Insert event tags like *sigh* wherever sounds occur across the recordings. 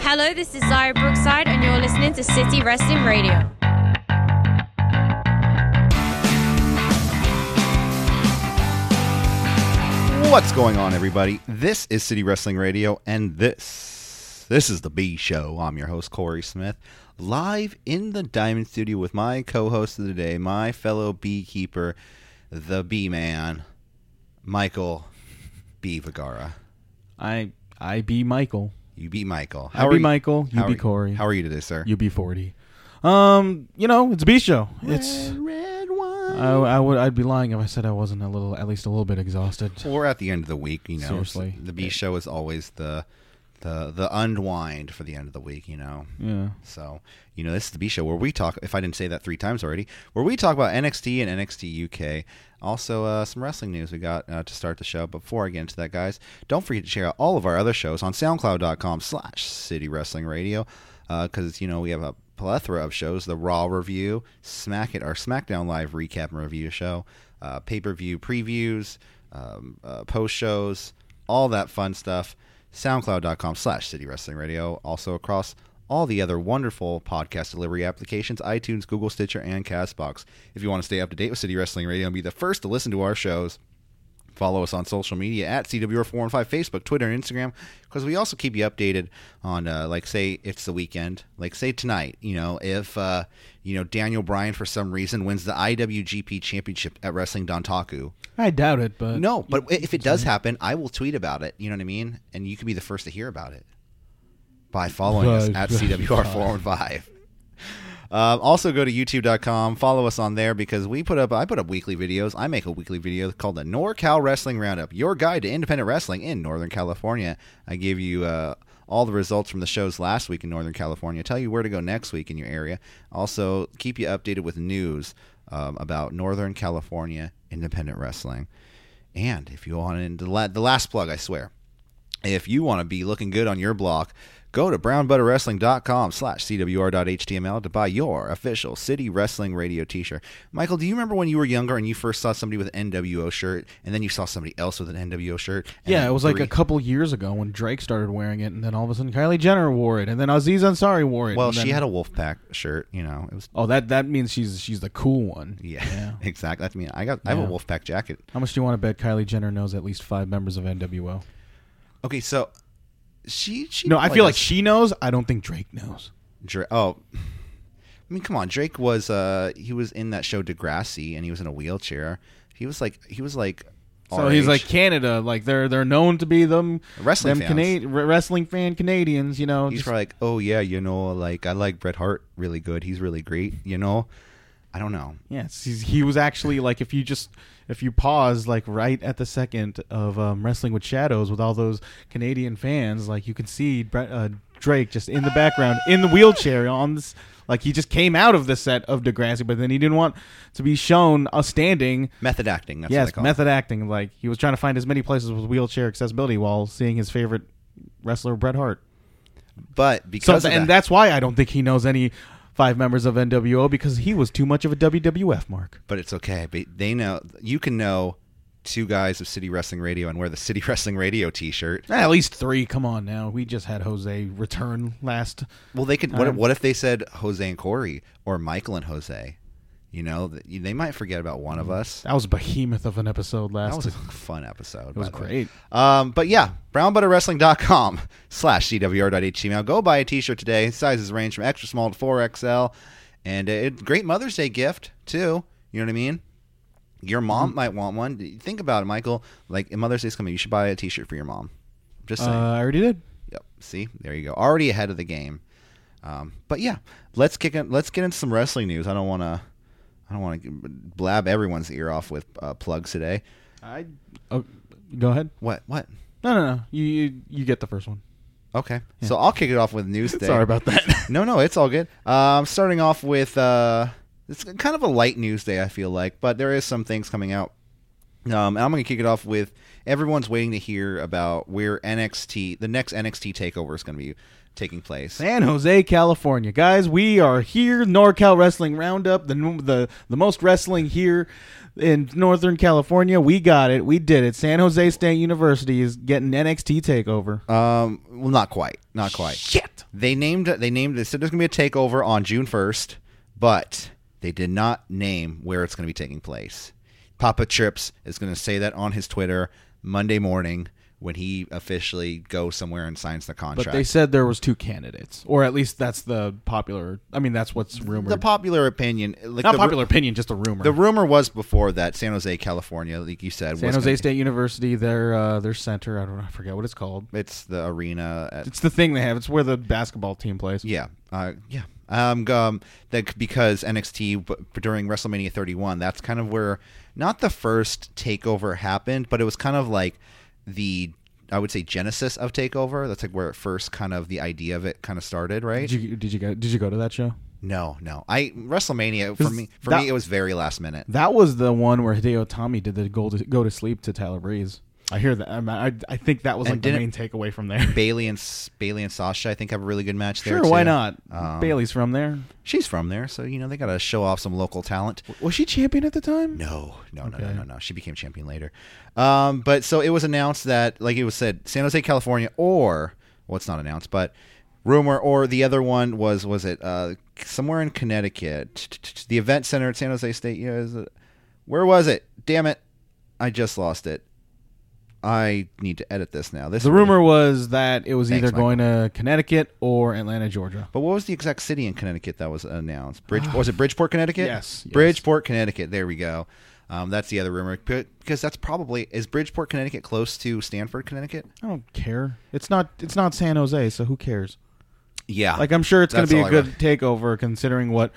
Hello, this is Zara Brookside, and you're listening to City Wrestling Radio. What's going on, everybody? This is City Wrestling Radio, and this this is the B Show. I'm your host Corey Smith, live in the Diamond Studio with my co-host of the day, my fellow beekeeper, the Bee Man, Michael B Vigara. I I be Michael. You be Michael. I be you- Michael. You how be are Corey. How are you today, sir? You be forty. Um, you know, it's a B show. It's Oh, red I, wine. I would I'd be lying if I said I wasn't a little at least a little bit exhausted. Well, we're at the end of the week, you know. Seriously. the B Show is always the the the unwind for the end of the week, you know. Yeah. So, you know, this is the B show where we talk, if I didn't say that three times already, where we talk about NXT and NXT UK. Also, uh, some wrestling news we got uh, to start the show. But Before I get into that, guys, don't forget to check out all of our other shows on soundcloud.com slash city wrestling radio. Because, you know, we have a plethora of shows the Raw review, Smack It, our SmackDown Live recap and review show, uh, pay per view previews, um, uh, post shows, all that fun stuff soundcloud.com slash city wrestling radio also across all the other wonderful podcast delivery applications itunes google stitcher and castbox if you want to stay up to date with city wrestling radio and be the first to listen to our shows follow us on social media at cwr415 facebook twitter and instagram because we also keep you updated on uh, like say it's the weekend like say tonight you know if uh, you know daniel bryan for some reason wins the iwgp championship at wrestling dontaku I doubt it, but no, but if it does happen, I will tweet about it. You know what I mean? And you can be the first to hear about it by following us Right. at CWR415. oh Um, also, go to youtube.com. Follow us on there because we put up, I put up weekly videos. I make a weekly video called the NorCal Wrestling Roundup, your guide to independent wrestling in Northern California. I give you uh, all the results from the shows last week in Northern California, tell you where to go next week in your area. Also, keep you updated with news um, about Northern California independent wrestling. And if you want, and the, la- the last plug, I swear, if you want to be looking good on your block, go to brownbutterwrestling.com slash cwr.html to buy your official City Wrestling Radio t-shirt. Michael, do you remember when you were younger and you first saw somebody with an NWO shirt and then you saw somebody else with an NWO shirt? and Yeah, then it was like three- a couple years ago when Drake started wearing it, and then all of a sudden Kylie Jenner wore it, and then Aziz Ansari wore it. Well, and she then- had a Wolfpack shirt, you know. It was Oh, that that means she's she's the cool one. yeah, *laughs* exactly. That's me. I got I have Yeah. a Wolfpack jacket. How much do you want to bet Kylie Jenner knows at least five members of NWO? Okay, so she she No, I feel like does- she knows. I don't think Drake knows. Drake. Oh, I mean, come on. Drake was uh he was in that show Degrassi, and he was in a wheelchair. He was like he was like. So our he's age. like Canada, like they're they're known to be them Wrestling them fans. Cana- r- wrestling fan Canadians. You know, He's just- probably like, oh yeah, you know, like I like Bret Hart really good. He's really great. You know, I don't know. yes, he's, he was actually like if you just if you pause like right at the second of um, wrestling with shadows with all those Canadian fans, like you can see Brett, uh, Drake just in the background in the wheelchair on this. Like he just came out of the set of Degrassi, but then he didn't want to be shown uh, standing Method acting. That's what they yes, call method acting. Like he was trying to find as many places with wheelchair accessibility while seeing his favorite wrestler Bret Hart. it. But So because of and that, that's why I don't think he knows any five members of NWO because he was too much of a WWF mark. but it's okay. But they know you can know two guys of City Wrestling Radio and wear the City *laughs* Wrestling Radio T-shirt. Eh, At least three. Come on now. We just had Jose return last. Well, they could. What, Um, what if they said Jose and Corey or Michael and Jose? You know, th- they might forget about one of us. That was a behemoth of an episode last. That was a fun episode. It was great. Um, but yeah, brownbutterwrestling.com *laughs* slash cwr.html. Go buy a t-shirt today. Sizes range from extra small to 4XL. And it's a great Mother's Day gift, too. You know what I mean? Your mom Mm-hmm. might want one. Think about it, Michael. Like, Mother's Day's coming. You should buy a t-shirt for your mom. Just uh, saying. I already did. Yep. See, there you go. Already ahead of the game. Um, but yeah, let's kick in, let's get into some wrestling news. I don't want to I don't want to blab everyone's ear off with uh, plugs today. I. Oh, go ahead. What? What? No, no, no. You you, you get the first one. Okay. So I'll kick it off with news day. Sorry about *laughs* that. *laughs* no, no, it's all good. Um, starting off with uh, it's kind of a light news day, I feel like, but there is some things coming out. Um, and I'm going to kick it off with everyone's waiting to hear about where NXT, the next NXT takeover is going to be taking place. San Jose, California, guys, we are here. NorCal Wrestling Roundup, the the the most wrestling here in Northern California. We got it. We did it. San Jose State University is getting NXT takeover. Um, well, not quite, not quite. Shit. They named they named they said there's going to be a takeover on June 1st, but they did not name where it's going to be taking place. Papa Trips is going to say that on his Twitter Monday morning when he officially goes somewhere and signs the But contract. they said there was two candidates, or at least that's the popular. I mean, that's what's rumored. the popular opinion, like Not the ru- popular opinion, just a rumor. The rumor was before that San Jose, California, like you said, San was Jose gonna- State University, their uh, their center. I don't know. I forget what it's called. It's the arena. At, It's the thing they have. It's where the basketball team plays. yeah, uh, yeah. Um, g- um, that because NXT b- during WrestleMania 31, that's kind of where not the first takeover happened, but it was kind of like the I would say genesis of takeover. That's like where it first kind of the idea of it kind of started, right? Did you did you go did you go to that show? no, no. I WrestleMania for Because me for that- me it was very last minute. That was the one where Hideo Tommy did the go to, go to sleep to Tyler Breeze. I hear that. I'm, I I think that was And like the main didn't- takeaway from there. Bailey and S- Bailey and Sasha, I think, have a really good match there. Sure, why too. not? Um, Bailey's from there. She's from there, so you know they got to show off some local talent. Was she champion at the time? No, no, no, no, Okay. no, no. She became champion later. Um, but so it was announced that, like it was said, San Jose, California, or well, it's not announced, but rumor, or the other one was was it uh, somewhere in Connecticut, the event center at San Jose State? Yeah, is it, where was it? Damn it, I just lost it. I need to edit this now. This The rumor was that it was Thanks, either going to Connecticut or Atlanta, Georgia. But what was the exact city in Connecticut that was announced? Bridge was it Bridgeport, Connecticut? Yes, yes. Bridgeport, Connecticut. There we go. Um, that's the other rumor P- because that's probably is Bridgeport, Connecticut, close to Stanford, Connecticut. I don't care. It's not. It's not San Jose, so who cares? Yeah, Like I'm sure it's going That's to be all a I good takeover, considering what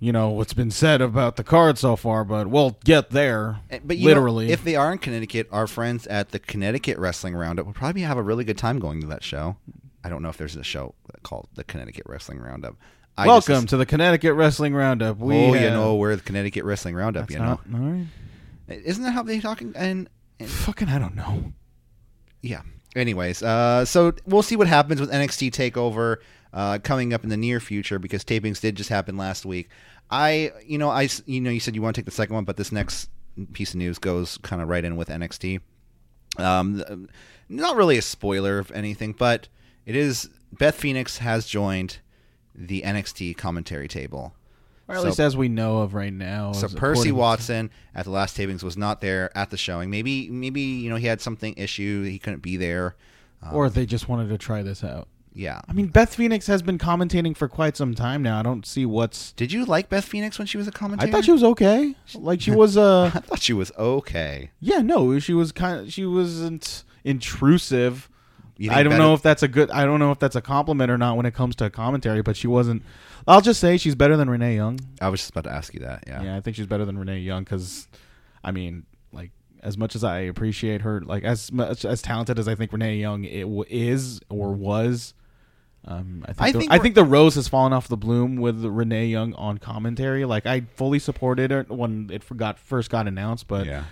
you know what's been said about the card so far. But we'll get there. Eh, But you know, literally, if they are in Connecticut, our friends at the Connecticut Wrestling Roundup will probably have a really good time going to that show. I don't know if there's a show called the Connecticut Wrestling Roundup. I just- welcome to the Connecticut Wrestling Roundup. We oh, you have- know we're the Connecticut Wrestling Roundup. That's you know, not- all right. isn't that how they talking? And, and Fucking, I don't know. yeah. Anyways, uh, so we'll see what happens with NXT Takeover uh, coming up in the near future because tapings did just happen last week. I, you know, I, s- you know, you said you want to take the second one, but this next piece of news goes kind of right in with NXT. Um, th- not really a spoiler of anything, but it is Beth Phoenix has joined the NXT commentary table. Or at So- least as we know of right now. So Oh, is Percy according- Watson at the last tapings was not there at the showing. Maybe, maybe you know, he had something issue. He couldn't be there. Uh, or they just wanted to try this out. Yeah. I mean, Beth Phoenix has been commentating for quite some time now. I don't see what's. Did you like Beth Phoenix when she was a I commentator? thought she was okay. Like she was uh *laughs* I thought she was okay. yeah, no, she was kind of, she wasn't intrusive. You think I don't better- know if that's a good I don't know if that's a compliment or not when it comes to commentary, but she wasn't I'll just say she's better than Renee Young. I was just about to ask you that. Yeah. Yeah, I think she's better than Renee Young cuz I mean, like as much as I appreciate her, like as much as talented as I think Renee Young it w- is or was um, I think I the, think I we're- think the rose has fallen off the bloom with Renee Young on commentary. Like I fully supported it when it got first got announced, but Yeah.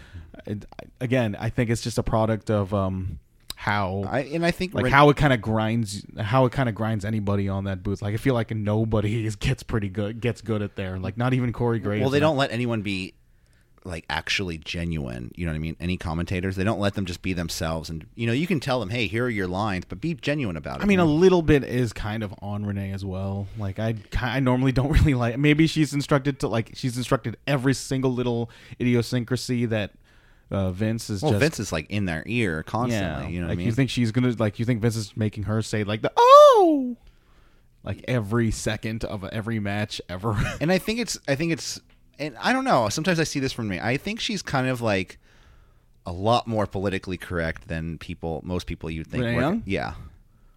it, again, I think it's just a product of um, how I, and I think like Ren- how it kind of grinds how it kind of grinds anybody on that booth. Like I feel like nobody is, gets pretty good gets good at there. Like not even Corey Graves. well they don't let anyone be like actually genuine. You know what I mean? Any commentators they don't let them just be themselves. And you know you can tell them, hey, here are your lines, but be genuine about it. I mean, a little bit is kind of on Renee as well. Like I, ki- I normally don't *laughs* really like. Maybe she's instructed to like she's instructed every single little idiosyncrasy that uh, Vince is well, just Vince is like in their ear constantly. You know what like I mean? you think she's gonna like you think Vince is making her say like the oh, like every second of every match ever. *laughs* and I think it's I think it's and I don't know. Sometimes I see this from me. I think she's kind of like a lot more politically correct than people most people you think. Renee work- Young? Yeah.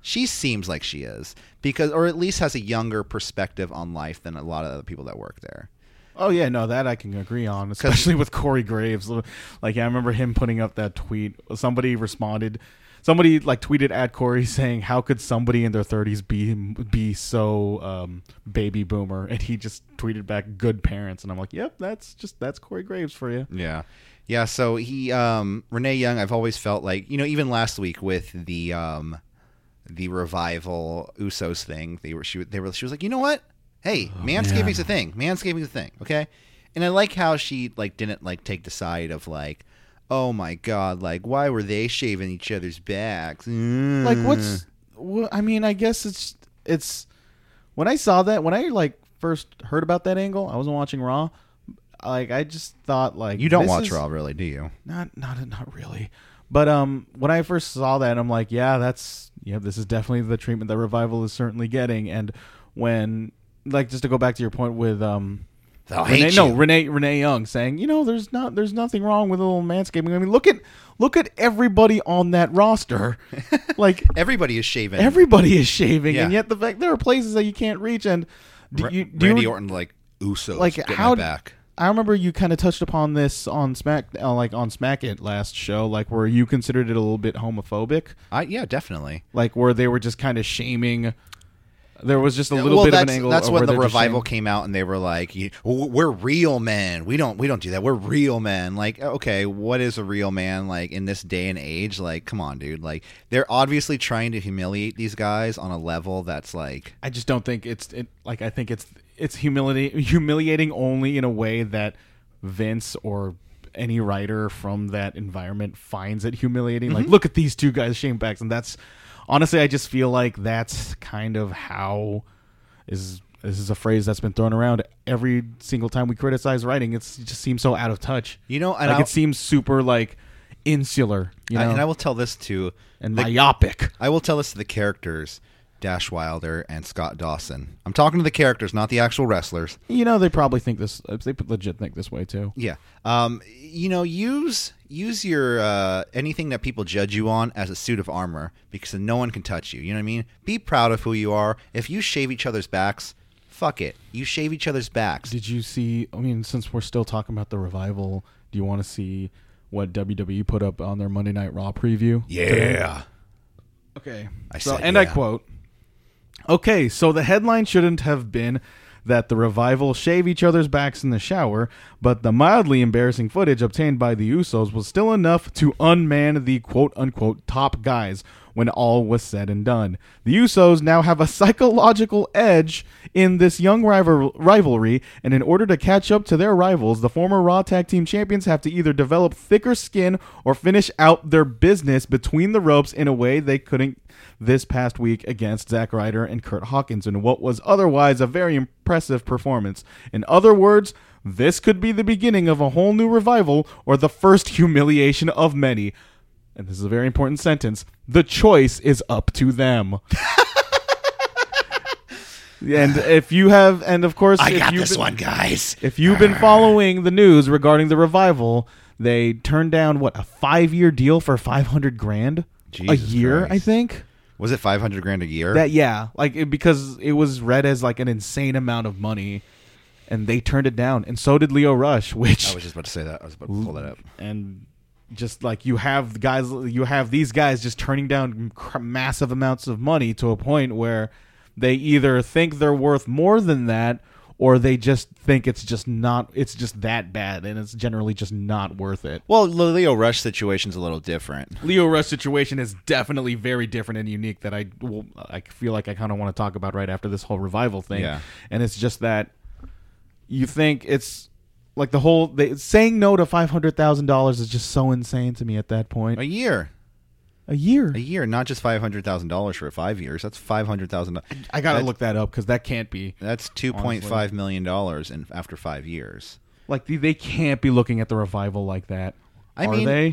She seems like she is because or at least has a younger perspective on life than a lot of the people that work there. oh yeah, no, that I can *laughs* agree on, especially with Corey Graves. Like yeah, I remember him putting up that tweet. Somebody responded. Somebody like tweeted at Corey saying, "How could somebody in their 30s be be so um, baby boomer?" And he just tweeted back, "Good parents." And I'm like, "Yep, that's just that's Corey Graves for you." Yeah. Yeah, so he um Renee Young, I've always felt like, you know, even last week with the um the revival Usos thing, they were she they were she was like, "You know what? Hey, Oh, manscaping's a thing. Manscaping's a thing, okay?" And I like how she like didn't like take the side of like, "Oh my god, like why were they shaving each other's backs?" Mm. Like what's? Well, I mean, I guess it's it's when I saw that when I like first heard about that angle, I wasn't watching Raw. Like I just thought like You don't this watch is- Raw, really, do you? not not not really but um when i first saw that i'm like yeah that's yeah this is definitely the treatment that revival is certainly getting and when like just to go back to your point with um They'll Renee, hate no you. renee renee young saying you know there's not there's nothing wrong with a little manscaping i mean look at look at everybody on that *laughs* roster like Everybody is shaven. everybody is shaving and Yeah. yet the fact there are places that you can't reach and do Ra- you, do Randy you, Orton like Usos like, get my how d- back. I remember you kind of touched upon this on Smack, uh, like on Smack It last show, like where you considered it a little bit homophobic, I yeah, definitely. like where they were just kind of shaming. There was just a little well, bit of that's, an angle. That's of when where the they're just revival saying- came out, and they were like, you- "W- "We're real men. We don't we don't do that. We're real men." Like, okay, what is a real man like in this day and age? Like, come on, dude. Like, they're obviously trying to humiliate these guys on a level that's like, I just don't think it's it, like I think it's it's humility humiliating only in a way that Vince or any writer from that environment finds it humiliating. Like, look at these two guys, Shane backs, and that's honestly, I just feel like that's kind of how is this is a phrase that's been thrown around every single time we criticize writing. It's, it just seems so out of touch. you know, and like I'll- it seems super like insular, you I- know, and I will tell this to and the myopic. I will tell this to the characters, Dash Wilder and Scott Dawson. I'm talking to the characters, not the actual wrestlers. You know, they probably think this. They legit think this way too. Yeah. Um, you know, use use your uh, anything that people judge you on as a suit of armor because then no one can touch you. You know what I mean? Be proud of who you are. If you shave each other's backs, fuck it. You shave each other's backs. Did you see? I mean, since we're still talking about the revival, do you want to see what WWE put up on their Monday Night Raw preview? Yeah. Okay. I so, said and I yeah. quote. Okay, so the headline shouldn't have been that the revival shave each other's backs in the shower, but the mildly embarrassing footage obtained by the Usos was still enough to unman the quote unquote top guys when all was said and done. The Usos now have a psychological edge in this young rival- rivalry, and in order to catch up to their rivals, the former Raw Tag Team Champions have to either develop thicker skin or finish out their business between the ropes in a way they couldn't this past week against Zack Ryder and Kurt Hawkins in what was otherwise a very impressive performance. In other words, this could be the beginning of a whole new revival or the first *laughs* humiliation of many. And this is a very important sentence. The choice is up *laughs* to them. and if you have, and of course, I if got you've this been- one, guys. if you've been following the news regarding the revival, they turned down what a five-year deal for five hundred grand a Jesus year, I Christ. think. Was it 500 grand a year? That yeah, like it, because it was read as like an insane amount of money, and they turned it down, and so did Leo Rush, *laughs* which I was just about to say that. I was about to pull that up. and just like you have the guys, you have these guys just turning down cr- massive amounts of money to a point where they either think they're worth more than that. Or they just think it's just not, it's just that bad, and it's generally just not worth it. Well, the Leo Rush situation's a little different. Leo Rush situation is definitely very different and unique that I well, I feel like I kind of want to talk about right after this whole revival thing. Yeah. And it's just that you think it's like the whole they, saying no to five hundred thousand dollars is just so insane to me at that point. A year. a year, A year, not just $500,000 for five years. That's $500,000. I gotta look that up because that can't be That's two point five million dollars in after five years. like they, they can't be looking at the revival like that. I Are mean- they?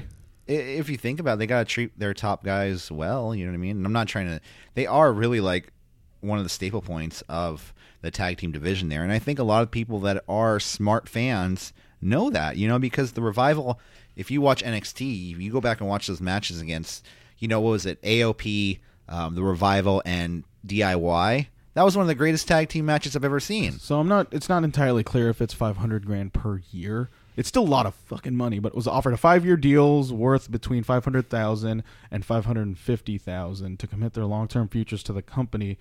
I- If you think about, it, they got to treat their top guys well. You know what I mean? And I'm not trying to. They are really like one of the staple points of the tag team division there, and I think a lot of people that are smart fans know that. You know, because the revival. If you watch NXT, you go back and watch those matches against. You know what was it? AOP, um, the revival, and DIY. That was one of the greatest tag team matches I've ever seen. So I'm not. It's not entirely clear if it's 500 grand per year. It's still a lot of fucking money, but it was offered a five-year deals worth between 500,000 and 550,000 to commit their long-term futures to the company.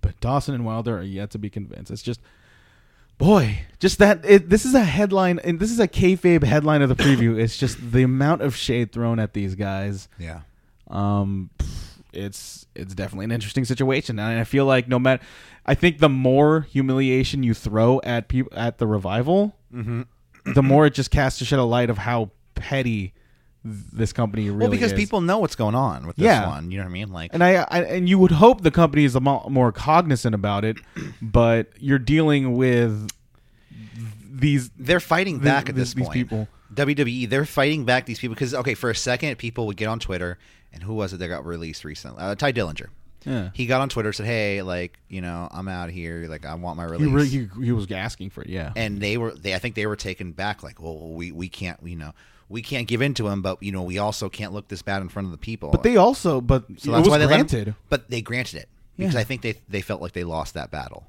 But Dawson and Wilder are yet to be convinced. It's just, boy, just that. It, this is a headline, and this is a kayfabe headline of the preview. it's just the amount of shade thrown at these guys. Yeah. Um, it's it's definitely an interesting situation, and I feel like no matter, I think the more humiliation you throw at Mm-hmm. *clears throat* people at the revival, the more it just casts a shed of light of how petty this company really well, because is. people know what's going on with this Yeah. one. You know what I mean? Like, and I, I and you would hope the company is a mo- more cognizant about *clears throat* it, but you're dealing with these they're fighting Th- back at th- this these point. people. WWE, they're fighting back these people because okay, for a second, people would get on Twitter, and who was it that got released recently? Uh, Ty Dillinger. yeah. He got on Twitter, said, "Hey, like you know, I'm out of here. Like I want my He, release." re- he, he was asking for it, yeah. and they were, they I think they were taken back. Like, well, we we can't, you know, we can't give in to him, but you know, we also can't look this bad in front of the people. But they also, but So it that's was why they let him- granted. but they granted it because Yeah. I think they they felt like they lost that battle.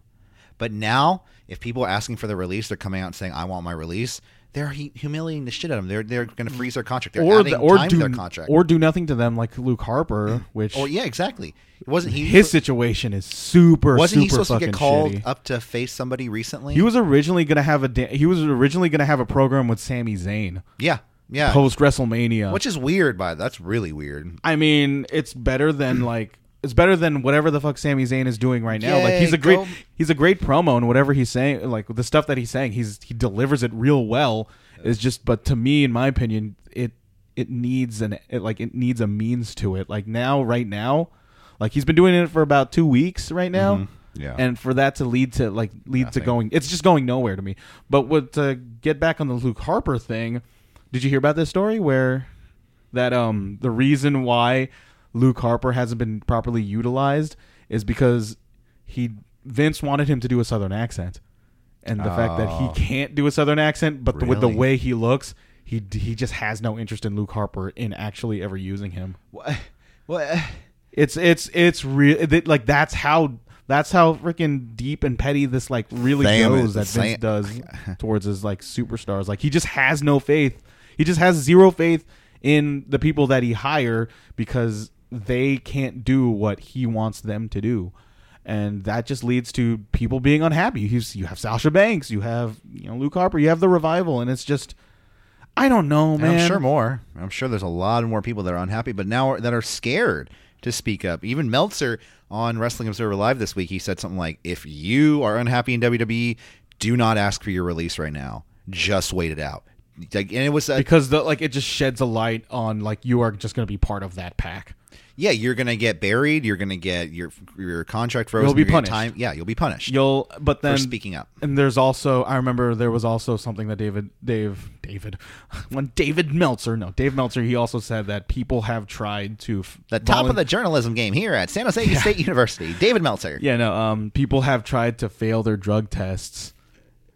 But now, if people are asking for the release, they're coming out and saying, "I want my release." They're hu- humiliating the shit out of them. They're they're going to freeze their contract. They're Mm. or adding the, or time do to their contract. Mm. or do nothing to them, like Luke Harper, which Or- yeah, exactly. It wasn't he his situation is super. wasn't super he supposed to fucking get called shitty. up to face somebody recently? He was originally gonna have a da- he was originally gonna have a program with Sami Zayn yeah, yeah. post WrestleMania. Which is weird. By that's really weird. I mean, it's *clears throat* better than like it's better than whatever the fuck Sami Zayn is doing right now. Yeah, like he's a go- great he's a great promo and whatever he's saying, like the stuff that he's saying, he's he delivers it real well. Is just, but to me, in my opinion, it it needs an it, like it needs a means to it. Like now, right now, like he's been doing it for about two weeks right now. Mm-hmm. Yeah. and for that to lead to like lead to Nothing. going, it's just going nowhere to me. But what to get back on the Luke Harper thing? Did you hear about this story where that um the reason why Luke Harper hasn't been properly utilized is because he Vince wanted him to do a southern accent. And the fact that Oh. he can't do a southern accent, but the, with the Really? way he looks, he d- he just has no interest in Luke Harper in actually ever using him. What? what? It's it's it's real like that's how that's how freaking deep and petty this like really Damn it, goes that Sam- Vince does *laughs* towards his like superstars. Like he just has no faith. He just has zero faith in the people that he hire because they can't do what he wants them to do. And that just leads to people being unhappy. You you have Sasha Banks, you have you know Luke Harper, you have the revival, and it's just I don't know, And man. I'm sure more. I'm sure there's a lot more people that are unhappy, but now are, that are scared to speak up. Even Meltzer on Wrestling Observer Live this week, he said something like, "If you are unhappy in WWE, do not ask for your release right now. Just wait it out." Like, and it was a, because the like it just sheds a light on like you are just going to be part of that pack. yeah, you're gonna get buried. You're gonna get your your contract frozen. You'll be you're gonna get punished. Time, yeah, you'll be punished You'll but then for speaking up. And there's also I remember there was also something that David Dave David *laughs* when David Meltzer no Dave Meltzer he also said that people have tried to f- The top volun- of the journalism game here at San Jose State *laughs* University, David Meltzer. yeah no um people have tried to fail their drug tests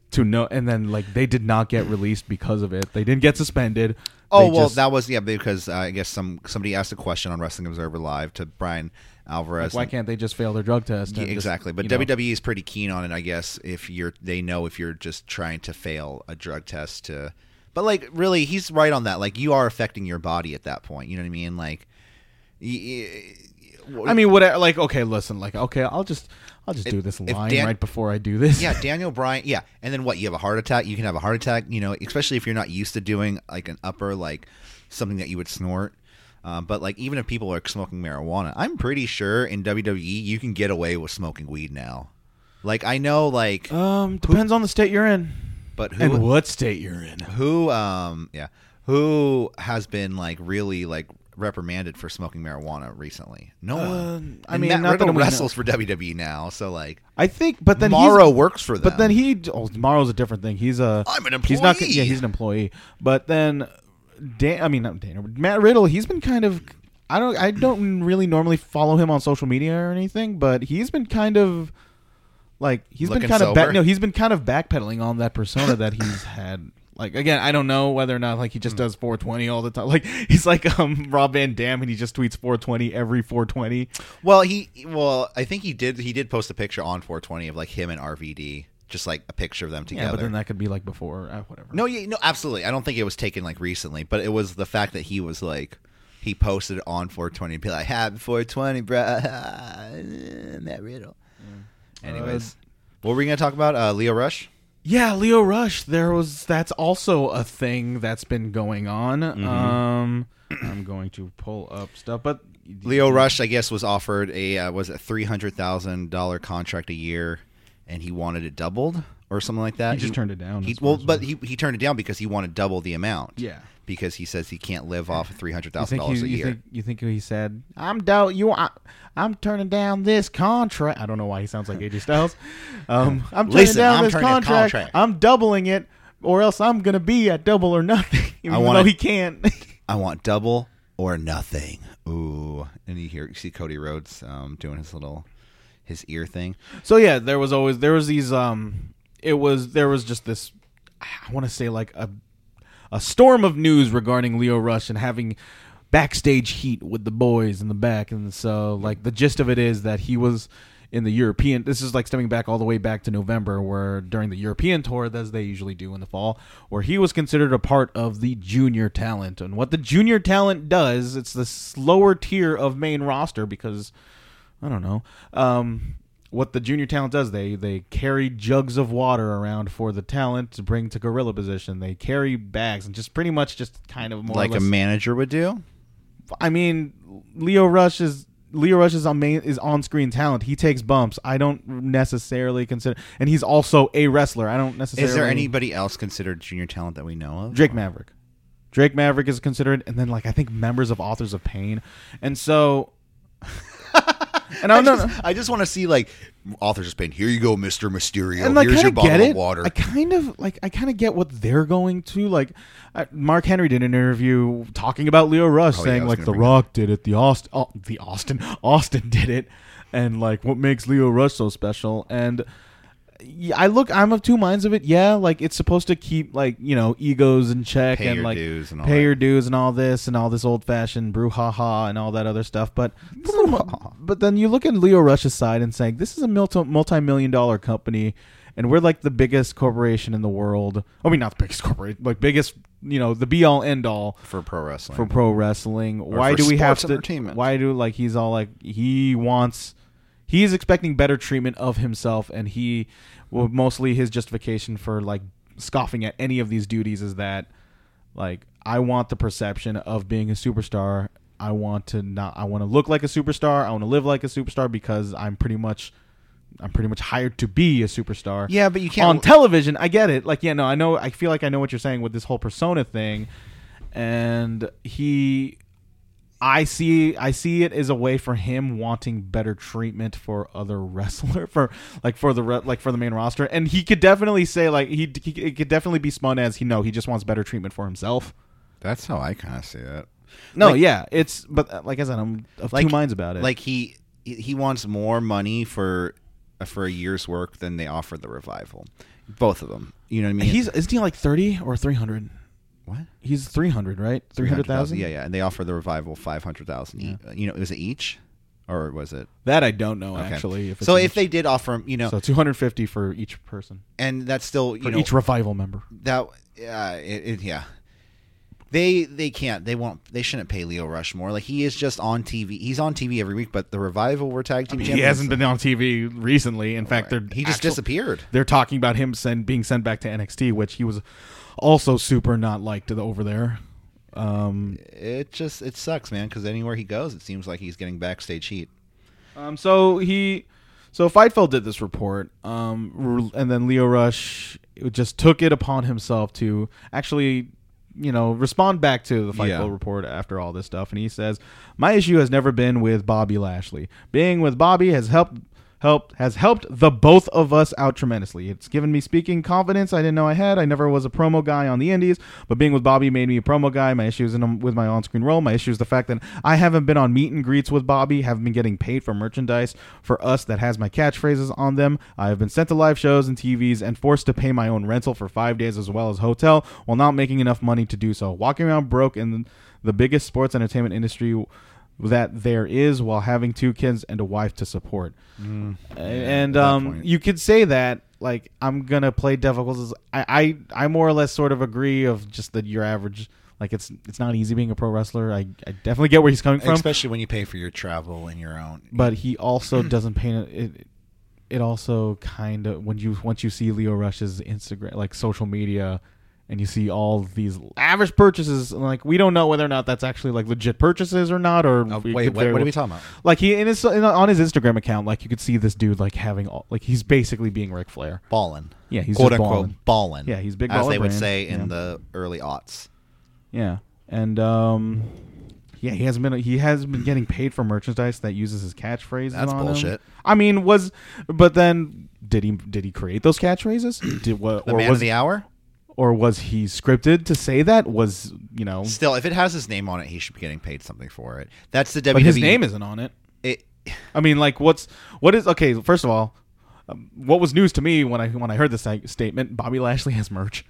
to no and then like they did not get released because of it they didn't get suspended Oh They well, just- that was yeah because uh, I guess some somebody asked a question on Wrestling Observer Live to Brian Alvarez. why and- can't they just fail their drug test Yeah, and just, exactly? you But know. WWE is pretty keen on it, I guess. If you're, they know if you're just trying to fail a drug test to, but like really, he's right on that. Like you are affecting your body at that point. You know what I mean? Like, y- y- I mean what I- like okay listen like okay I'll just I'll just do this if line Dan- right before I do this *laughs* Yeah, Daniel Bryan. Yeah, and then what? You have a heart attack. You can have a heart attack. You know, especially if you're not used to doing like an upper, like something that you would snort. Um, but like, even if people are smoking marijuana, I'm pretty sure in WWE you can get away with smoking weed now. Like I know, like, um depends on the state you're in but who and what state you're in who um yeah who has been like really like reprimanded for smoking marijuana recently? No one. Uh, I And mean, Matt not that Riddle we know. wrestles for WWE now, so like I think, but then he's- Morrow works for them. But then he, oh, Morrow's a different thing. He's a. I'm an He's not. employee. Yeah, he's an employee. But then, Dan. I mean, not Dana. Matt Riddle. He's been kind of. I don't. I don't really normally follow him on social media or anything, but he's been kind of. Like he's Looking been kind of sober? back, no, he's been kind of backpedaling on that persona that *laughs* he's had. Like again, I don't know whether or not like he just does 420 all the time. Like *laughs* he's like um Rob Van Dam and he just tweets 420 every 420. Well, he well, I think he did. He did post a picture on 420 of like him and RVD, just like a picture of them Yeah, together. but then that could be like before uh, whatever. no, yeah, no, absolutely. I don't think it was taken like recently, but it was the fact that he was like he posted it on 420 and be like, "Happy 420, *laughs* bruh. Matt Riddle." Mm. Um, Anyways, what were we gonna talk about? Uh, Leo Rush. Yeah, Leo Rush. There was that's also a thing that's been going on. Mm-hmm. Um, I'm going to pull up stuff, but Leo Rush, I guess, was offered a uh, was a three hundred thousand dollar contract a year, and he wanted it doubled, or something like that. He just turned it down, He, as far well, as but we- he, he turned it down because he wanted double the amount. Yeah. Because he says he can't live off of three hundred You thousand think you, dollars a you year. think you think he said, "I'm doubt you. I, I'm turning down this contract." I don't know why he sounds *laughs* like AJ Styles. Um, I'm turning Listen, down I'm this turning a contract. contract. I'm doubling it, or else I'm gonna be at double or nothing. *laughs* Even I wanna- though he can't. *laughs* I want double or nothing. Ooh, and you hear you see Cody Rhodes um, doing his little his ear thing. so yeah, there was always there was these. Um, it was there was just this. I want to say like a a storm of news regarding Leo Rush and having backstage heat with the boys in the back. And so, like, the gist of it is that he was in the European. This is like stemming back all the way back to November, where during the European tour, as they usually do in the fall, where he was considered a part of the junior talent. And what the junior talent does, it's the slower tier of main roster because I don't know. Um, what the junior talent does, they they carry jugs of water around for the talent to bring to gorilla position. They carry bags and just pretty much just kind of more like or less, a manager would do. I mean, Leo Rush is Leo Rush is on main is on screen talent. He takes bumps. I don't necessarily consider, and he's also a wrestler. I don't necessarily. Is there anybody else considered junior talent that we know of? Drake Maverick? Drake Maverick is considered, and then like I think members of Authors of Pain, and so. *laughs* and I I'm just, not. I just want to see like authors just paying. Here you go, Mister Mysterio. And I Here's kind your of get bottle it. of water. I kind of like. I kind of get what they're going to like. I, Mark Henry did an interview talking about Leo Rush, Oh, yeah, I saying was like gonna The bring that Rock did it, the Austin, the Austin, *laughs* Austin did it, and like what makes Leo Rush so special. And yeah, I look, I'm of two minds of it. Yeah, like it's supposed to keep like you know egos in check Pay and your like dues and all pay that. your dues and all this and all this old fashioned brouhaha and all that other stuff. *laughs* But but then you look at Leo Rush's side and saying this is a multi million dollar company, and we're like the biggest corporation in the world. I mean, not the biggest corporation, like biggest you know the be all end all for pro wrestling. for pro wrestling. why for do we have sports to? entertainment. Why do like he's all like he wants? He is expecting better treatment of himself, and he, well, mostly his justification for like scoffing at any of these duties is that, like, I want the perception of being a superstar. I want to not. I want to look like a superstar. I want to live like a superstar because I'm pretty much, I'm pretty much hired to be a superstar Yeah, but you can't- on television. I get it. Like, yeah, no, I know. I feel like I know what you're saying with this whole persona thing, and he, I see, I see it as a way for him wanting better treatment for other *laughs* wrestler for like for the re- like for the main roster, and he could definitely say like he, he it could definitely be spun as he no he just wants better treatment for himself. That's how I kind of see it. No, Like- yeah, it's but uh, like I said, I'm of two minds about it. Like he he wants more money for for a year's work than they offer the revival. Both of them. You know what I mean? he's isn't he like thirty or three hundred? what? He's three hundred, right? Three 300,000? hundred thousand. Yeah, yeah. And they offer the revival 500,000 e- You know, was it each or was it? That I don't know Okay. actually. If it's so in if they did offer him, you know, So 250 for each person, and that's still, you for know, each revival member. that uh, it, it, yeah they they can't they won't they shouldn't pay leo rush more like he is just on tv he's on tv every week but the revival were tag team He champions. hasn't been on TV recently. In fact, they're he just actual- disappeared They're talking about him send being sent back to NXT, which he was also super not liked to the- over there. Um, it just it sucks man because anywhere he goes it seems like he's getting backstage heat um, so he, so Fightful did this report, um, re- and then Leo Rush just took it upon himself to actually. You know, respond back to the Fightful Yeah. report after all this stuff, and he says, "My issue has never been with Bobby Lashley. Being with Bobby has helped helped has helped the both of us out tremendously. It's given me speaking confidence I didn't know I had. I never was a promo guy on the indies, but being with Bobby made me a promo guy. My issue isn't with my on-screen role. My issue is the fact that I haven't been on meet and greets with Bobby, haven't been getting paid for merchandise for us that has my catchphrases on them. I have been sent to live shows and TVs and forced to pay my own rental for 5 days as well as hotel while not making enough money to do so. Walking around broke in the biggest sports entertainment industry that there is while having two kids and a wife to support. A- and Mm. that um, point. you could say that like I'm gonna play devil's. as- I, I I more or less sort of agree of just that your average like it's it's not easy being a pro wrestler. I, I definitely get where he's coming from, especially when you pay for your travel and your own but he Mm. also doesn't paint it. it it also kind of when you once you see Leo Rush's Instagram like social media and you see all these lavish purchases. and, Like we don't know whether or not that's actually like legit purchases or not. Or Oh, we wait, could what, very what are well- we talking about? Like he in his in, on his Instagram account, like you could see this dude like having all like he's basically being Ric Flair. Ballin. Yeah, he's quote just unquote ballin. Yeah, he's big as baller they would brand. say in Yeah. the early aughts. Yeah, and um, yeah, he hasn't been he has been getting paid for merchandise that uses his catchphrases. That's on him. bullshit. I mean, was but then did he did he create those catchphrases? Did what The or man was of the hour. or was he scripted to say that? Was you know? Still, if it has his name on it, he should be getting paid something for it. That's the WWE. But his name isn't on it. It, I mean, like, what's what is okay? First of all, um, what was news to me when I when I heard this like, statement? Bobby Lashley has *laughs* merch,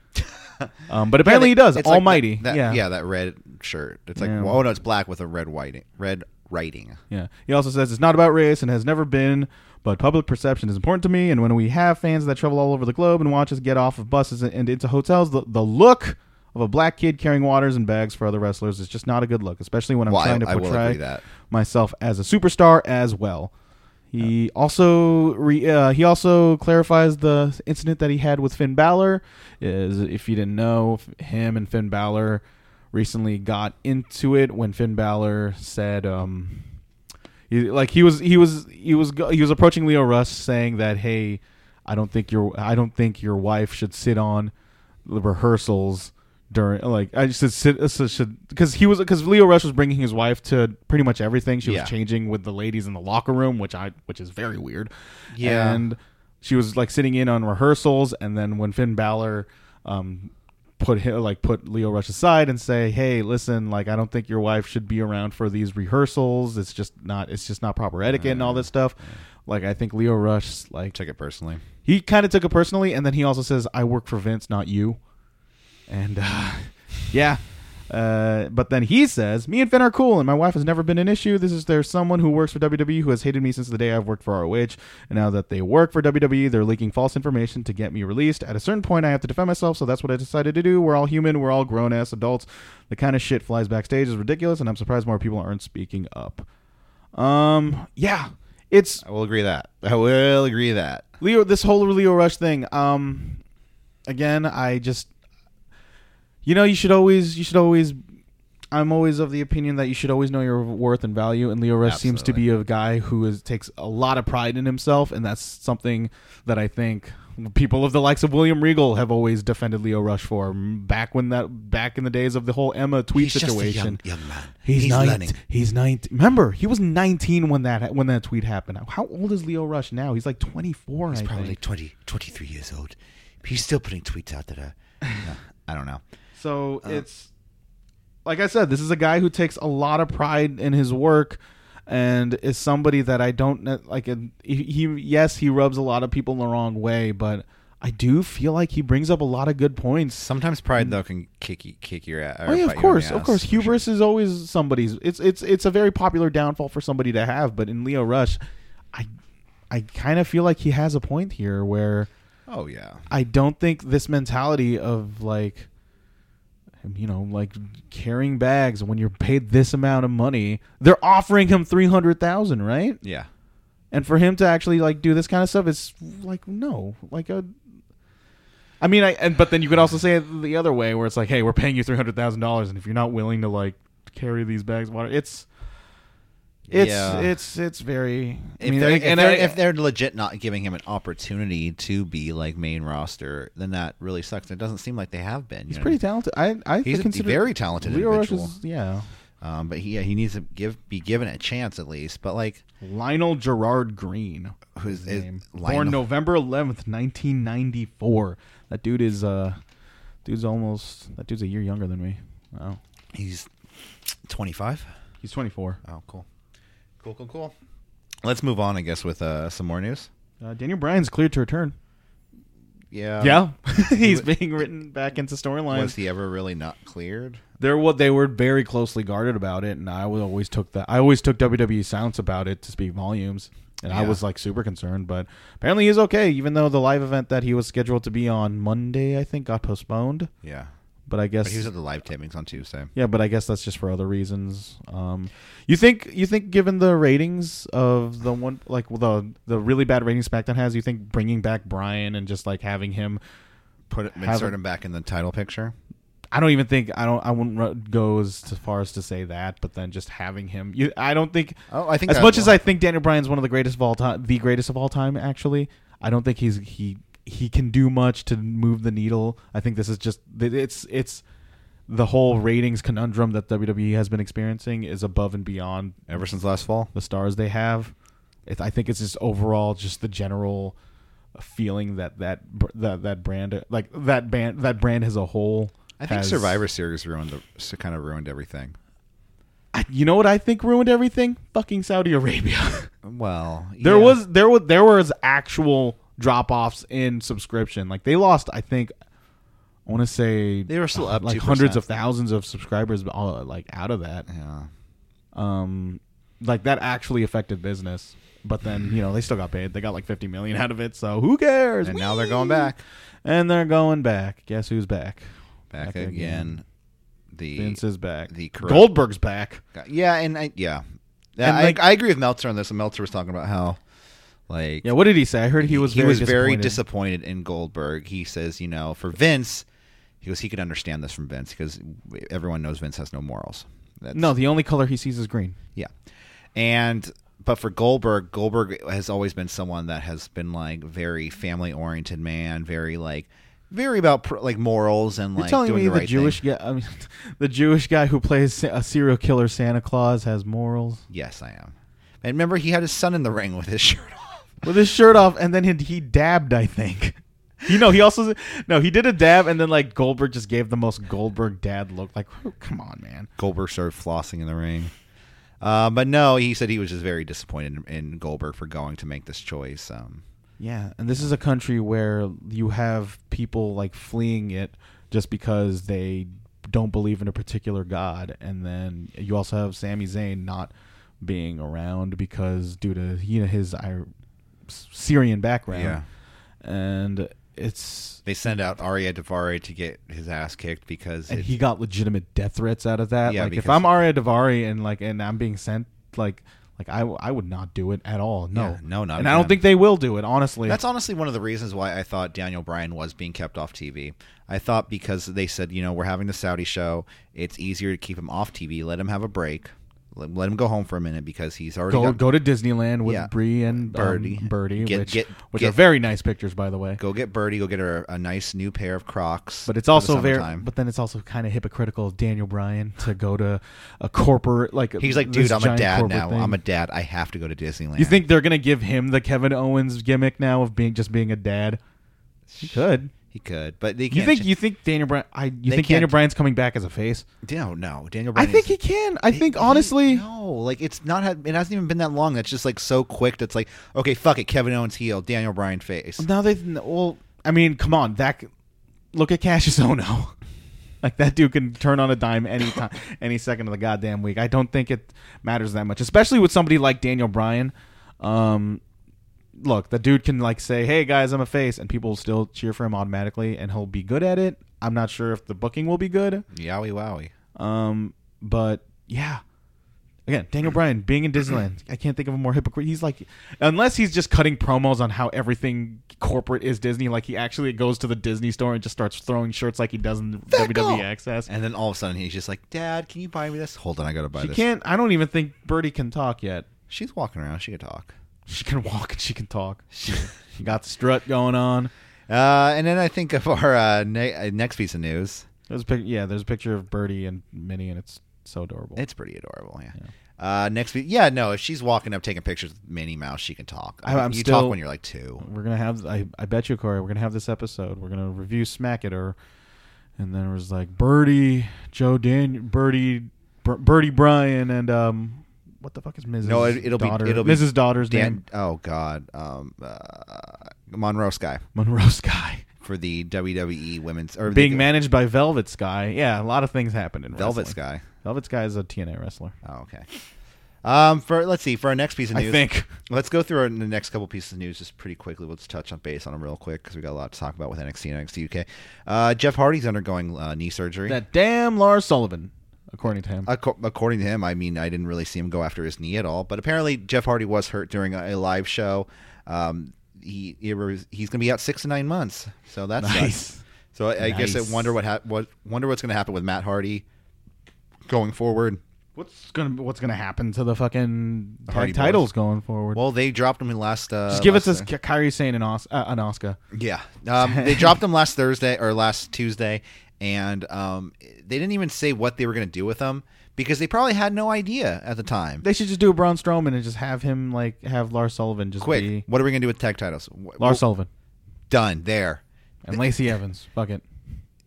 um, but *laughs* apparently he does. it's like that- Almighty, that- yeah, yeah, that red shirt. It's like, Yeah. well, oh no, it's black with a red whiting, red writing. yeah. He also says it's not about race and has never been, but public perception is important to me. And when we have fans that travel all over the globe and watch us get off of buses and into hotels, the, the look of a black kid carrying waters and bags for other wrestlers is just not a good look, especially when I'm Well, I- trying to I will agree portray that. myself as a superstar as well. He also re, uh, he also clarifies the incident that he had with Finn Balor. Is if you didn't know, f- him and Finn Balor recently got into it when Finn Balor said, um, he, like he was he was he was go- he was approaching Leo Rush saying that hey, I don't think your I don't think your wife should sit on the rehearsals during like I just said sit should because he was because Leo Rush was bringing his wife to pretty much everything she Yeah. was changing with the ladies in the locker room which I which is very weird Yeah. and she was like sitting in on rehearsals and then when Finn Balor um put him like put Leo Rush aside and say, "Hey, listen, like I don't think your wife should be around for these rehearsals. It's just not it's just not proper etiquette and all this stuff." Like I think Leo Rush like Took it personally. he kind of took it personally and then he also says, "I work for Vince, not you." And uh, *laughs* yeah. Uh, but then he says, "Me and Finn are cool, and my wife has never been an issue. This is there's someone who works for WWE who has hated me since the day I've worked for ROH, and now that they work for WWE, they're leaking false information to get me released. At a certain point, I have to defend myself, so that's what I decided to do. We're all human, we're all grown ass adults. The kind of shit flies backstage is ridiculous, and I'm surprised more people aren't speaking up. Um, yeah, it's I will agree that. I will agree that. Leo, this whole Leo Rush thing. Um, again, I just, you know, you should always, you should always. I'm always of the opinion that you should always know your worth and value, and Leo Rush seems to be a guy who is takes a lot of pride in himself, and that's something that I think people of the likes of William Regal have always defended Leo Rush for. Back when that, back in the days of the whole Emma tweet situation, young man. He's, 19, He's 19. Remember, he was 19 when that when that tweet happened. How old is Leo Rush now? He's like 24. I think. 20, 23 years old. He's still putting tweets out that are. Yeah, I don't know. So it's like I said, this is a guy who takes a lot of pride in his work and is somebody that I don't kn- like. and He, he yes, he rubs a lot of people the wrong way, but I do feel like he brings up a lot of good points. Sometimes pride though can kick you, kick your ass. Mm. Oh yeah, of course, of course. Hubris is always somebody's. It's it's it's a very popular downfall for somebody to have. But in Leo Rush, I I kind of feel like he has a point here where Oh yeah. I don't think this mentality of like, you know, like carrying bags when you're paid this amount of money. They're offering him three hundred thousand, right? Yeah. and for him to actually like do this kind of stuff it's like no like a i mean i and but then you could also say it the other way where it's like hey we're paying you $300000 and if you're not willing to like carry these bags of water it's it's Yeah. it's it's very I If, mean, they're, and- if, and they're, I- if they're legit not giving him an opportunity to be like main roster, then that really sucks. It doesn't seem like they have been. you he's know? pretty talented i i He's a consider very talented Leo Rush individual. is- yeah Um, but he yeah, he needs to give be given a chance at least. But like, lionel gerard green who's his is name. Born Lionel- November 11th, 1994. That dude is uh dude's almost that dude's a year younger than me. Wow. He's twenty five. He's 24. Oh, cool, cool, cool, cool. Let's move on, I guess, with uh, some more news. Uh, Daniel Bryan's cleared to return. Oh. Yeah, *laughs* he's being written back into storylines. Was he ever really not cleared? They're what they were very closely guarded about it, and I was always took that. I always took WWE silence about it to speak volumes, and I Yeah. was like super concerned. But apparently, he's okay, even though the live event that he was scheduled to be on Monday, I think, got postponed. Yeah, But I guess but he was at the live tapings on Tuesday. Yeah, but I guess that's just for other reasons. Um, you think you think given the ratings of the one like the the really bad ratings SmackDown has, you think bringing back Brian and just like having him put it, Have insert a- him back in the title picture. I don't even think I don't I wouldn't ru- go as to far as to say that, but then just having him, you, I don't think. Oh, I think as that- much as I think Daniel Bryan's one of the greatest of all time, the greatest of all time, actually, I don't think he's he he can do much to move the needle. I think this is just it's it's the whole ratings conundrum that WWE has been experiencing is above and beyond Ever since last fall, the stars they have. It, I think it's just overall just the general feeling that that br- that that brand like that band that brand as a whole. I think has- Survivor Series ruined the kind of ruined everything. I- you know what I think ruined everything? Fucking Saudi Arabia. *laughs* Well, there yeah. was there was there was actual drop offs in subscription. Like they lost, I think. I want to say They were still up like 2%. hundreds of thousands of subscribers, all, like out of that. Yeah. um like that actually affected business but then you know they still got paid they got like 50 million out of it so who cares And now they're going back. and they're going back guess who's back back, Back again. again. The vince is back the corrupt- goldberg's back yeah, and I yeah, yeah And, I, like- I agree with Meltzer on this. And Meltzer was talking about how like yeah what did he say i heard he was he very was very disappointed. disappointed in Goldberg. He says, you know, for Vince, he goes he could understand this from Vince because everyone knows Vince has no morals. That's, no the only color he sees is green yeah, and but for Goldberg, Goldberg has always been someone that has been like very family oriented man, very like very about pr- like morals and you're like telling doing me the, the, right jewish Thing. guy i mean *laughs* the jewish guy who plays sa- a serial killer santa claus has morals Yes, I am. And remember, he had his son in the ring with his *laughs* shirt off. with his shirt off, and then he, he dabbed. I think. You know, he also no, he did a dab, and then like Goldberg just gave the most Goldberg dad look. Like, oh, come on, man. Goldberg started flossing in the ring. Uh, but no, he said he was just very disappointed in, in Goldberg for going to make this choice. Um, Yeah, and this is a country where you have people like fleeing it just because they don't believe in a particular god, and then you also have Sami Zayn not being around because due to you know his Ir- Syrian background. Yeah. and it's they send out Aria Davari to get his ass kicked because and it- he got legitimate death threats out of that. Yeah, like if because- I'm Arya Davari and like and I'm being sent like like I, w- I would not do it at all. No, Yeah, no, not And I don't again. think they will do it. Honestly, that's honestly one of the reasons why I thought Daniel Bryan was being kept off TV. I thought because they said, you know, we're having the Saudi show. It's easier to keep him off TV. Let him have a break. Let, let him go home for a minute because he's already go got- go to Disneyland with Yeah. Bree and Birdie, Birdie. Birdie, Get- which get- which get- are very nice pictures by the way. go get Birdie. Go get her a nice new pair of Crocs. But it's for the also very, summertime. but then it's also kind of hypocritical of Daniel Bryan to go to a corporate like He's like, this dude, I'm a giant dad corporate now. thing." I'm a dad. I have to go to Disneyland. You think they're gonna give him the Kevin Owens gimmick now of being just being a dad? He could. he could? But they can't You think cha- you think Daniel Bryan? I you They think Daniel can't- Bryan's coming back as a face? *laughs* No, no, Daniel I Bryan. think is- he can. I think he- honestly, no. Like it's not. had- It hasn't even been that long. That's just like so quick. That's like okay, fuck it. Kevin Owens heel, Daniel Bryan face. now they well, I mean, come on, that c- look at Cassius *laughs* Ohno. Like that dude can turn on a dime any *laughs* time, any second of the goddamn week. I don't think it matters that much, especially with somebody like Daniel Bryan. Um, look, the dude can like say, "Hey guys, I'm a face," and people will still cheer for him automatically, and he'll be good at it. I'm not sure if the booking will be good. Yowie wowie. Um, but yeah, again, Daniel Bryan being in Disneyland, I can't think of a more hypocrite. He's like, unless he's just cutting promos on how everything corporate is Disney. Like he actually goes to the Disney store and just starts throwing shirts like he does in WWE off. Access. And then all of a sudden he's just like, Dad, can you buy me this? Hold on, I gotta buy She this. can't. I don't even think Birdie can talk yet. She's walking around. She can talk. She can walk and she can talk. *laughs* She got the strut going on. Uh, and then I think of our uh, ne- uh, next piece of news. There's a pic- yeah, there's a picture of Birdie and Minnie, and it's so adorable. It's pretty adorable. Yeah. Uh, next week, yeah, no. If she's walking up taking pictures with Minnie Mouse, she can talk. I- I'm you still- talk when you're like two. We're gonna have. I, I bet you, Corey. We're gonna have this episode. We're gonna review Smack It or, and then it was like Birdie, Joe Dan, Birdie, Br- Birdie Bryan, and um, what the fuck is Mrs. No, it, it'll Daughter- be it'll be Mrs. Daughter's Dan. name. Oh God, um, uh, Monroe Sky *laughs* Monroe Sky for the WWE Women's or being the, managed by Velvet Sky. Yeah, a lot of things happened in Velvet wrestling. Sky. Velvet Sky is a TNA wrestler. Oh, okay. Um, for let's see for our next piece of I news, think. let's go through our, the next couple pieces of news just pretty quickly. Let's touch on base on them real quick because we got a lot to talk about with NXT and NXT UK. Uh, Jeff Hardy's undergoing uh, knee surgery. That damn Lars Sullivan, according to him. Acco- According to him, I mean, I didn't really see him go after his knee at all. But apparently, Jeff Hardy was hurt during a, a live show. Um, he, he was- he's going to be out six to nine months, so that's Nice. So I, I guess I Nice. wonder what hap what wonder what's going to happen with Matt Hardy going forward. What's gonna What's gonna happen to the fucking tag Hardy Boys. titles going forward? Well, they dropped him in last. Uh, Just give us last this Ky- Kyrie Sane and Os- uh, an Oscar. Yeah, um, *laughs* they dropped him last Thursday or last Tuesday, and um, they didn't even say what they were going to do with him because they probably had no idea at the time. They should just do a Braun Strowman and just have him like have Lars Sullivan just Quick, be what are we going to do with tag titles? Wh- Lars well, Sullivan done there. and Lacey Evans. Fuck it. *laughs*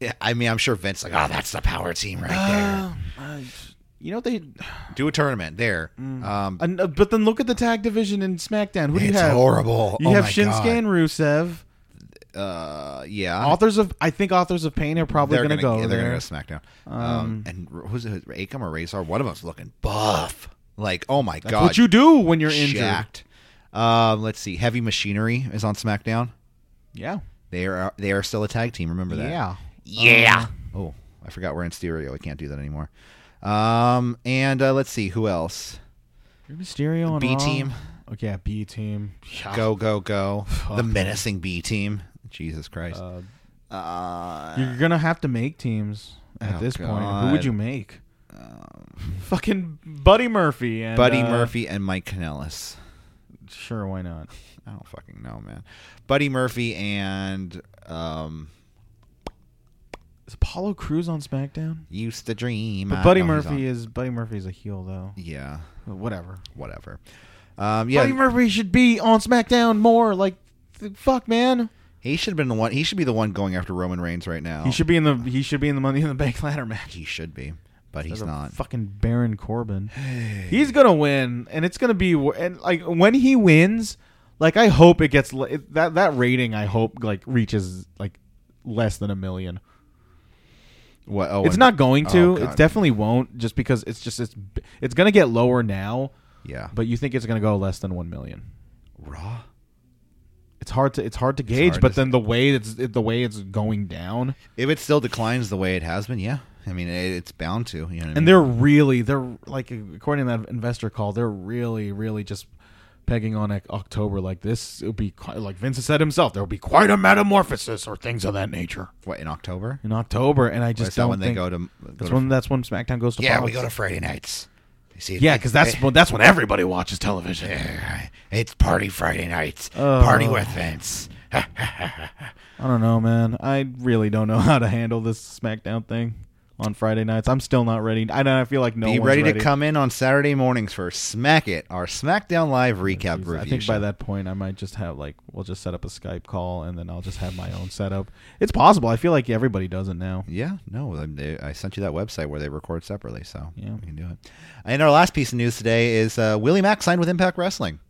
Yeah, I mean, I'm sure Vince like, oh, that's the power team right *gasps* you know they, there. Do a tournament there. Um, and, uh, but then look at the tag division in SmackDown. Who do you It's have? horrible. You Oh have my Shinsuke God. and Rusev. uh, yeah, authors of I think authors of pain are probably they're going to go. They're there. going to go to SmackDown. Um, and R- who's it? Akam or Razor? One of them's looking buff. Like, oh my God, What you do when you're injured? jacked. Um, let's see. Heavy Machinery is on SmackDown. Yeah. They are uh, they are still a tag team. Remember that? Yeah. Yeah. oh, I forgot we're in stereo. We can't do that anymore. Um, and uh, let's see who else. Mysterio on B Raw. team. Okay, yeah, B team. Yeah. Go go go. The menacing B team. Jesus Christ. Uh, Uh, You're gonna have to make teams at Oh, this point. Who God. would you make? Fucking Buddy Murphy and um, Buddy uh, Murphy and Mike Kanellis. Sure, why not? I don't fucking know, man. Buddy Murphy and um, Is Apollo Cruz on SmackDown? used to dream. But I- Buddy no, he's Murphy on- is Buddy Murphy's a heel though. Yeah, But whatever. whatever. Um, yeah, Buddy Murphy should be on SmackDown more. Like, th- fuck, man. He should have been the one. He should be the one going after Roman Reigns right now. He should be in the he should be in the Money in the Bank *laughs* ladder match. He should be, but he's As a not. fucking Baron Corbin. He's gonna win, and it's gonna be wor- and like when he wins, like I hope it gets le- it, that that rating. I hope like reaches like less than a million. What? Oh, it's and- not going to. Oh, It's God. definitely won't. Just because it's just it's b- it's gonna get lower now, Yeah. but you think it's gonna go less than one million. Raw. It's hard to it's hard to gauge, hard but to- then the way it's it, the way it's going down, If it still declines the way it has been, yeah. I mean, it, it's bound to. You know. What I mean? and they're really they're like according to that investor call they're really really just pegging on like, october like this it'll be quite, like vincent said himself there'll be quite a metamorphosis or things of that nature what in October? in october and i Or just is that don't when they think- go to? Go that's to when that's when smackdown goes to yeah, Fox. we go to Friday nights. You see, *laughs* yeah *laughs* because *laughs* that's when that's when everybody watches television eh, *laughs* it's party Friday nights. Oh. party with *laughs* Vince. i don't know man i really don't know *laughs* how to handle this smackdown thing on friday nights i'm still not ready i know i feel like no Be one's ready, to come in on Saturday mornings for Smack It, our SmackDown Live recap review. I think by show. that point, I might just have like we'll just set up a Skype call, and then I'll just have my own setup. It's possible. I feel like everybody does it now. Yeah, no, I- they, I sent you that website where they record separately, so Yeah. we can do it. And our last piece of news today is uh, Willie Mack signed with Impact Wrestling.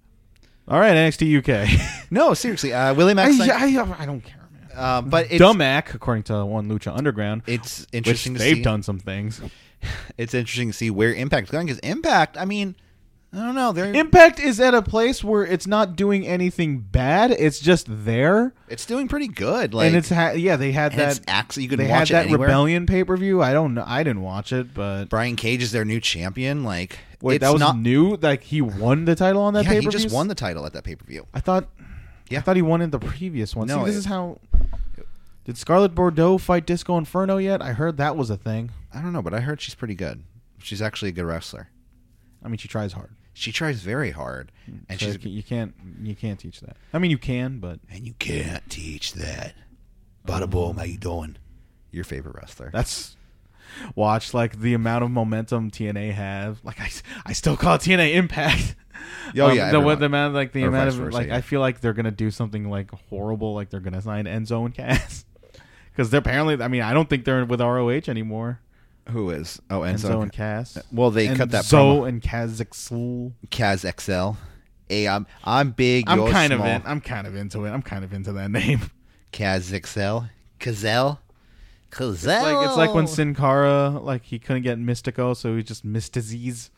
All right, NXT *laughs* UK. No, seriously, uh, Willie I, Mack signed, I- I don't care, man. uh, but it's, Dumb Mac, according to one Lucha Underground, It's which interesting to they've see. done some things. It's interesting to see where Impact's going because Impact. I mean, I don't know. They're Impact is at a place where it's not doing anything bad. It's just there, it's doing pretty good. Like and it's ha- yeah they had and that it's ax- you can they had watch it that anywhere. Rebellion pay per view. I don't know. I didn't watch it, but Brian Cage is their new champion. Like wait, it's that was not. new. Like he won the title on that yeah, pay he per view. just won the title at that pay per view. I thought. Yeah. I thought he won in the previous one. No, See, this it- is how. Did Scarlet Bordeaux fight Disco Inferno yet? I heard that was a thing. I don't know, but I heard she's pretty good. She's actually a good wrestler. I mean, she tries hard, She tries very hard, and so she's you can't you can't teach that. I mean, you *laughs* can, but And you can't teach that. Bada boom, how you doing? Mm. Your favorite wrestler. that's watch like the amount of momentum TNA have. Like I, I still call it TNA Impact. *laughs* Um, Oh, yeah, the, everyone. the amount like the Or amount vice of versa, like yeah. I feel like they're gonna do something like horrible. Like they're gonna sign Enzo and Cass *laughs* because they're apparently. I mean, I don't think they're with ROH anymore. Who is? Oh, Enzo, Enzo. and Cass. well, they and cut that Zo promo. and Kazakhsl. Kaz XL. Hey, I'm I'm big. I'm you're kind small. of in, I'm kind of into it. I'm kind of into that name. *laughs* Kaz XL. Kazel. Kazel. Like it's like Oh. when Sin Cara like he couldn't get Mystico, so he just *laughs* Mystiziz.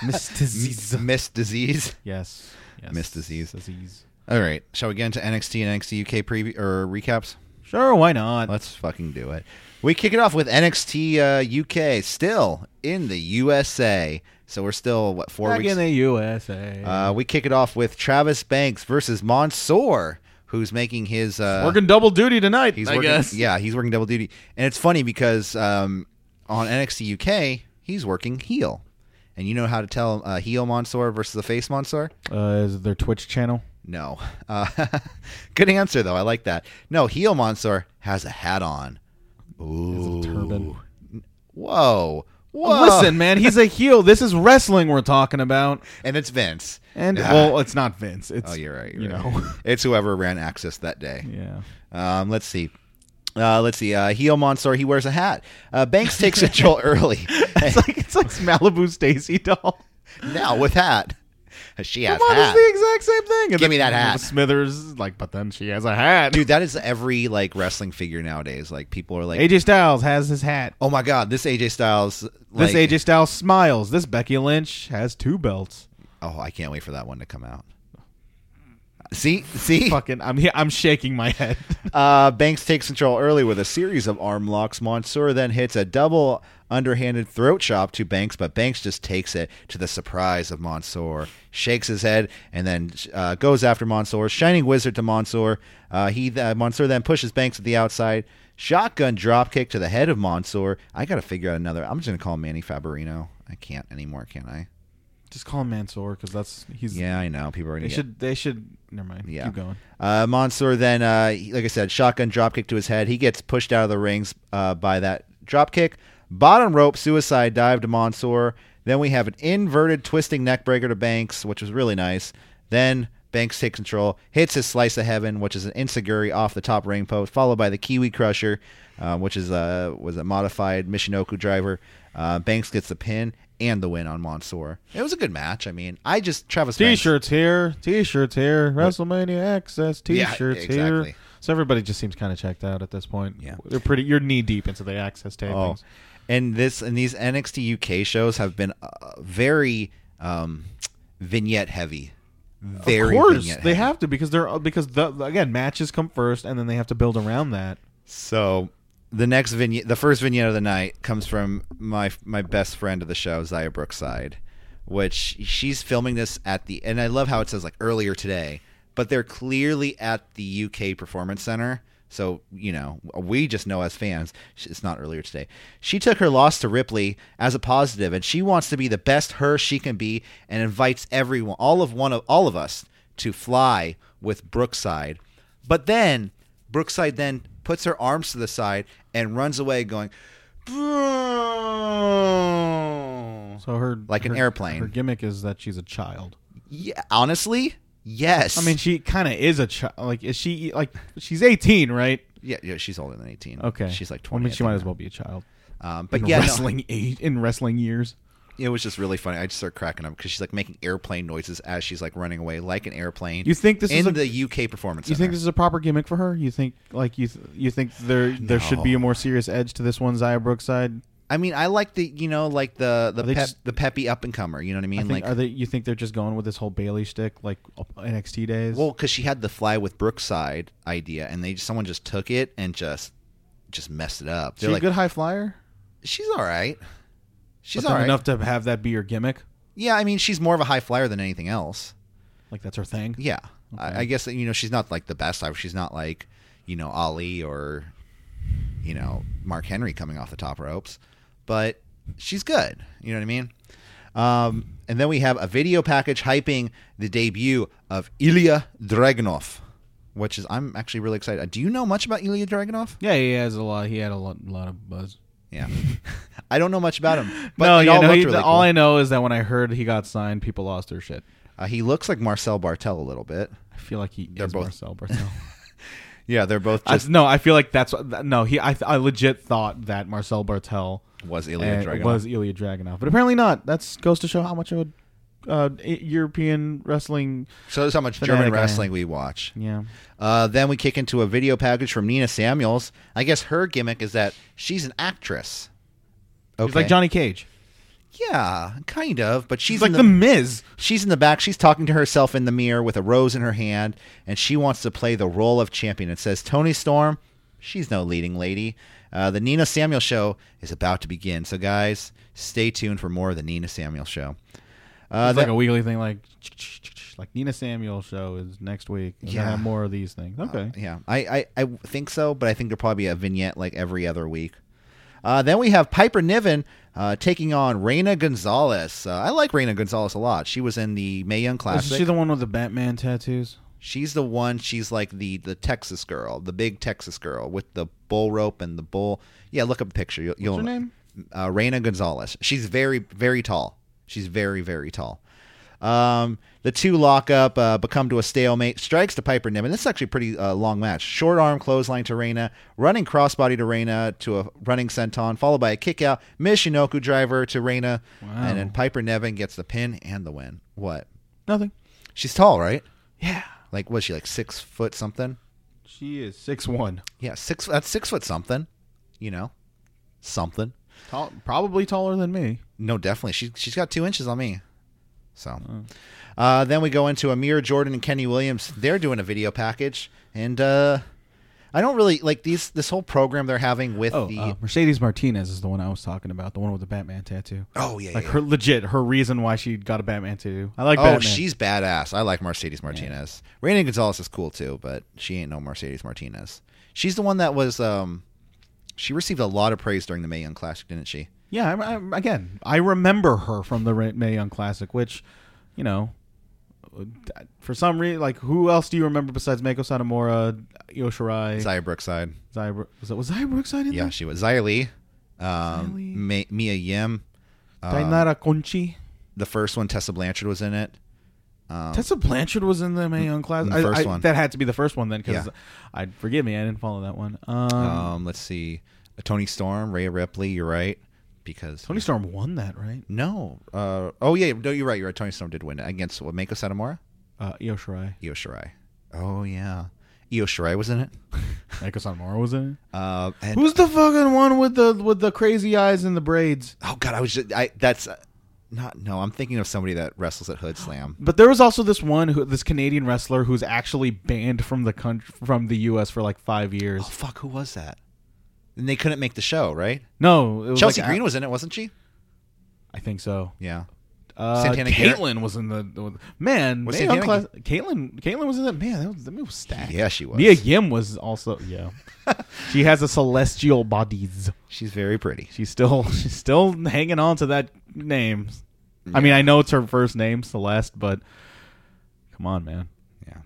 Mystiziz. Miss disease. Yes. yes. Mystiziz. Mystiziz. All right, shall we get into NXT and NXT UK preview or recaps? Sure, why not? Let's fucking do it. We kick it off with NXT uh, UK, still in the USA. So we're still what four Back weeks in the USA. Uh, we kick it off with Travis Banks versus Mansoor, who's making his uh, Working double duty tonight. He's I working, guess. Yeah, he's working double duty, and it's funny because um, on NXT UK he's working heel, and you know how to tell uh, heel Mansoor versus the face Mansoor? uh, is it their Twitch channel? No. *laughs* Uh, good answer though. I like that. No, heel Mansoor has a hat on. Ooh. turban. Whoa. Whoa. Listen, man, he's a heel. This is wrestling we're talking about. and it's Vince. And well, it's not Vince. It's Oh, you're right. You're you right. *laughs* know. it's whoever ran Access that day. yeah. Um, let's see. Uh, let's see. Uh, heel Mansoor, he wears a hat. Uh, Banks takes control *laughs* early. It's like it's like Malibu Stacy doll. *laughs* now with hat. She has Come on, hat. it's the exact same thing. And Give me then that hat. Smithers like, but then she has a hat. Dude, that is every like wrestling figure nowadays. Like people are like, AJ Styles has his hat. "Oh my god, this AJ Styles." Like, This AJ Styles smiles. This Becky Lynch has two *laughs* belts. Oh, I can't wait for that one to come out. See, see. Fucking, I'm he- I'm shaking my head. Uh, Banks takes control early with a series of arm locks. Mansoor then hits a double underhanded throat chop to Banks, but Banks just takes it to the surprise of Mansoor, shakes his head, and then uh, goes after Mansoor. Shining Wizard to Mansoor. Uh, he uh, Mansoor then pushes Banks at the outside. Shotgun dropkick to the head of Mansoor. I got to figure out another. I'm just going to call him Manny Faberino. I can't anymore, can I? *laughs* Just call him Mansoor because that's he's. Yeah, I know. People are going They to get should. They should. Never mind. Yeah. Keep going. Uh, Mansoor then, uh, he- like I said, shotgun dropkick to his head. He gets pushed out of the rings uh, by that dropkick. Bottom rope suicide dive to Mansoor. Then we have an inverted twisting neck breaker to Banks, which was really nice. Then Banks takes control, hits his slice of heaven, which is an insiguri off the top ring post, followed by the Kiwi Crusher, uh, which is uh, was a modified Mishinoku driver. Uh, Banks gets the pin and the win on Mansoor. It was a good match. I mean, I just Travis Banks- T-shirts here. T-shirts here. WrestleMania access. Yeah, T-shirts exactly. here. So everybody just seems kind of checked out at this point. Yeah. They're pretty. You're knee deep into the access tapings. and this and these NXT UK shows have been uh, very um, vignette heavy. Very of course, vignette they heavy. have to because they're because the again matches come first, and then they have to build around that. So the next vignette, the first vignette of the night, comes from my my best friend of the show, Zaya Brookside, which she's filming this at the and I love how it says like earlier today, but they're clearly at the UK Performance Center. So you know, we just know as fans, sh- it's not earlier today. She took her loss to Ripley as a positive, and she wants to be the best her she can be, and invites everyone, all of one of all of us, to fly with Brookside. But then Brookside then puts her arms to the side and runs away, going "Boo." So her Like an her- airplane. Her gimmick is that she's a child. yeah, honestly, yes. I mean, she kind of is a child. Like, is she like she's 18, right? yeah, yeah, she's older than eighteen. Okay, she's like I twenty. mean, she might as think well be a child. now. Um, but in yeah, no, wrestling *laughs* age in wrestling years. *laughs* it was just really funny. I just started cracking up because she's like making airplane noises as she's like running away, like an airplane. You think this in is a, the UK performance? you Center. think this is a proper gimmick for her? You think like you th- you think there there should be a more serious edge to this one, Zaya Brookside? I mean, I like the you know like the the Are they pep, just- the peppy up and comer. You know what I mean? I think, like are they? You think they're just going with this whole Bailey shtick like NXT days? Well, because she had the fly with Brookside idea, and they someone just took it and just just messed it up. she They're a like, good high flyer. she's all right. She's But all then right. enough to have that be your gimmick. Yeah, I mean, she's more of a high flyer than anything else. Like that's her thing. Yeah, I, I guess you know she's not like the best. diver. She's not like you know Ali or you know Mark Henry coming off the top ropes, but she's good. You know what I mean? Um, and then we have a video package hyping the debut of Ilya Dragunov, which is I'm actually really excited. Uh, Do you know much about Ilya Dragunov? Yeah, he has a lot. He had a lot, lot of buzz. Yeah, *laughs* I don't know much about him, but no, it yeah, all no, looked he- really all cool. I know is that when I heard he got signed, people lost their shit. uh, he looks like Marcel Bartel a little bit. I feel like he is both- *laughs* Marcel Barthel. Yeah, they're both I, just no, I feel like that's what, no. He, I, I legit thought that Marcel Bartel was uh, Ilya Dragunov. was Ilya Dragunov, but apparently not. That goes to show how much of a uh, E- European wrestling. so that's how much Fanatic German I am. wrestling we watch. Yeah, Uh, then we kick into a video package from Nina Samuels. I guess her gimmick is that she's an actress. Okay. he's like Johnny Cage. Yeah, kind of, but she's He's like in the, the, Miz. she's in the back. She's talking to herself in the mirror with a rose in her hand, and she wants to play the role of champion. It says Tony Storm. She's no leading lady. Uh, the Nina Samuel show is about to begin, so guys, stay tuned for more of the Nina Samuel show. Uh, then- It's like a weekly thing, like Like Nina Samuel show is next week. And Yeah. yeah, have more of these things. Okay. Uh, yeah, I, I, I think so, but I think there'll probably be a vignette like every other week. Uh, then we have Piper Niven uh, taking on Reina Gonzalez. Uh, I like Reina Gonzalez a lot. She was in the May Young Classic. Is she the one with the Batman tattoos? she's the one. She's like the the Texas girl, the big Texas girl with the bull rope and the bull. Yeah, look up a picture. You'll, you'll What's her name? uh, Reina Gonzalez. She's very, very tall. She's very, very tall. Um, the two lock up, uh, become to a stalemate. Strikes to Piper Niven. This is actually a pretty uh, long match. Short arm clothesline to Reina, running crossbody to Reina to a running senton, followed by a kick out. Mishinoku driver to Reina, and then Piper Niven gets the pin and the win. What? Nothing. She's tall, right? Yeah. Like was she like six foot something? She is six one. Yeah, six. That's six foot something. You know, something. Tall, probably taller than me. No, definitely. She she's got two inches on me. So, Mm. uh, then we go into Amir Jordan and Kenny Williams. They're doing a video package, and uh, I don't really like these. This whole program they're having with Oh, the uh, Mercedes Martinez is the one I was talking about. The one with the Batman tattoo. oh yeah, Like yeah, her legit her reason why she got a Batman tattoo. I like yeah. oh Batman. she's badass. I like Mercedes Martinez. Raina Gonzalez is cool too, but she ain't no Mercedes Martinez. She's the one that was um, she received a lot of praise during the Mae Young Classic, didn't she? Yeah, I, I, again, I remember her from the Ra- Mae Young Classic, which, you know, uh, for some reason, like who else do you remember besides Mako Satomura, Io Shirai, Zaya Brookside. Zaya Bro- was that was Zaya Brookside in Yeah, she was. Zaya Lee, um, Xia Li. Ma- Mia Yim. um, there? Dainara Conchi, the first one Tessa Blanchard was in it. Um, Tessa Blanchard was in the Mae Young Classic. the I- first I- one. that had to be the first one then, because Yeah. I forgive me, I didn't follow that one. Um, um, let's see, Tony Storm, Rhea Ripley. You're right because Tony Storm won that, right? No, uh, oh yeah, no, you're right. You're right. Tony Storm did win it against what Mako Satomura, Uh, Io Shirai, Io Shirai. Oh yeah, Io Shirai was in it. Mako Satomura was in it. Uh, and, Who's the fucking one with the with the crazy eyes and the braids? oh god, I was just I that's uh, not no. I'm thinking of somebody that wrestles at Hood Slam. But there was also this one, who, this Canadian wrestler who's actually banned from the country, from the U.S. for like five years. Oh fuck, who was that? And they couldn't make the show, right? No, it was Chelsea like- Green was in it, wasn't she? I think so. Yeah. Uh, Santana Garrett? Caitlyn was in the, the man. Was Mae Young Santana- class, Caitlyn, Caitlyn was in that man. That was, that movie was stacked. Yeah, she was. Mia Yim was also *laughs* yeah. she has a celestial bodies. She's very pretty. She's still *laughs* she's still hanging on to that name. I mean, I know it's her first name, Celeste, but come on, man. Yeah.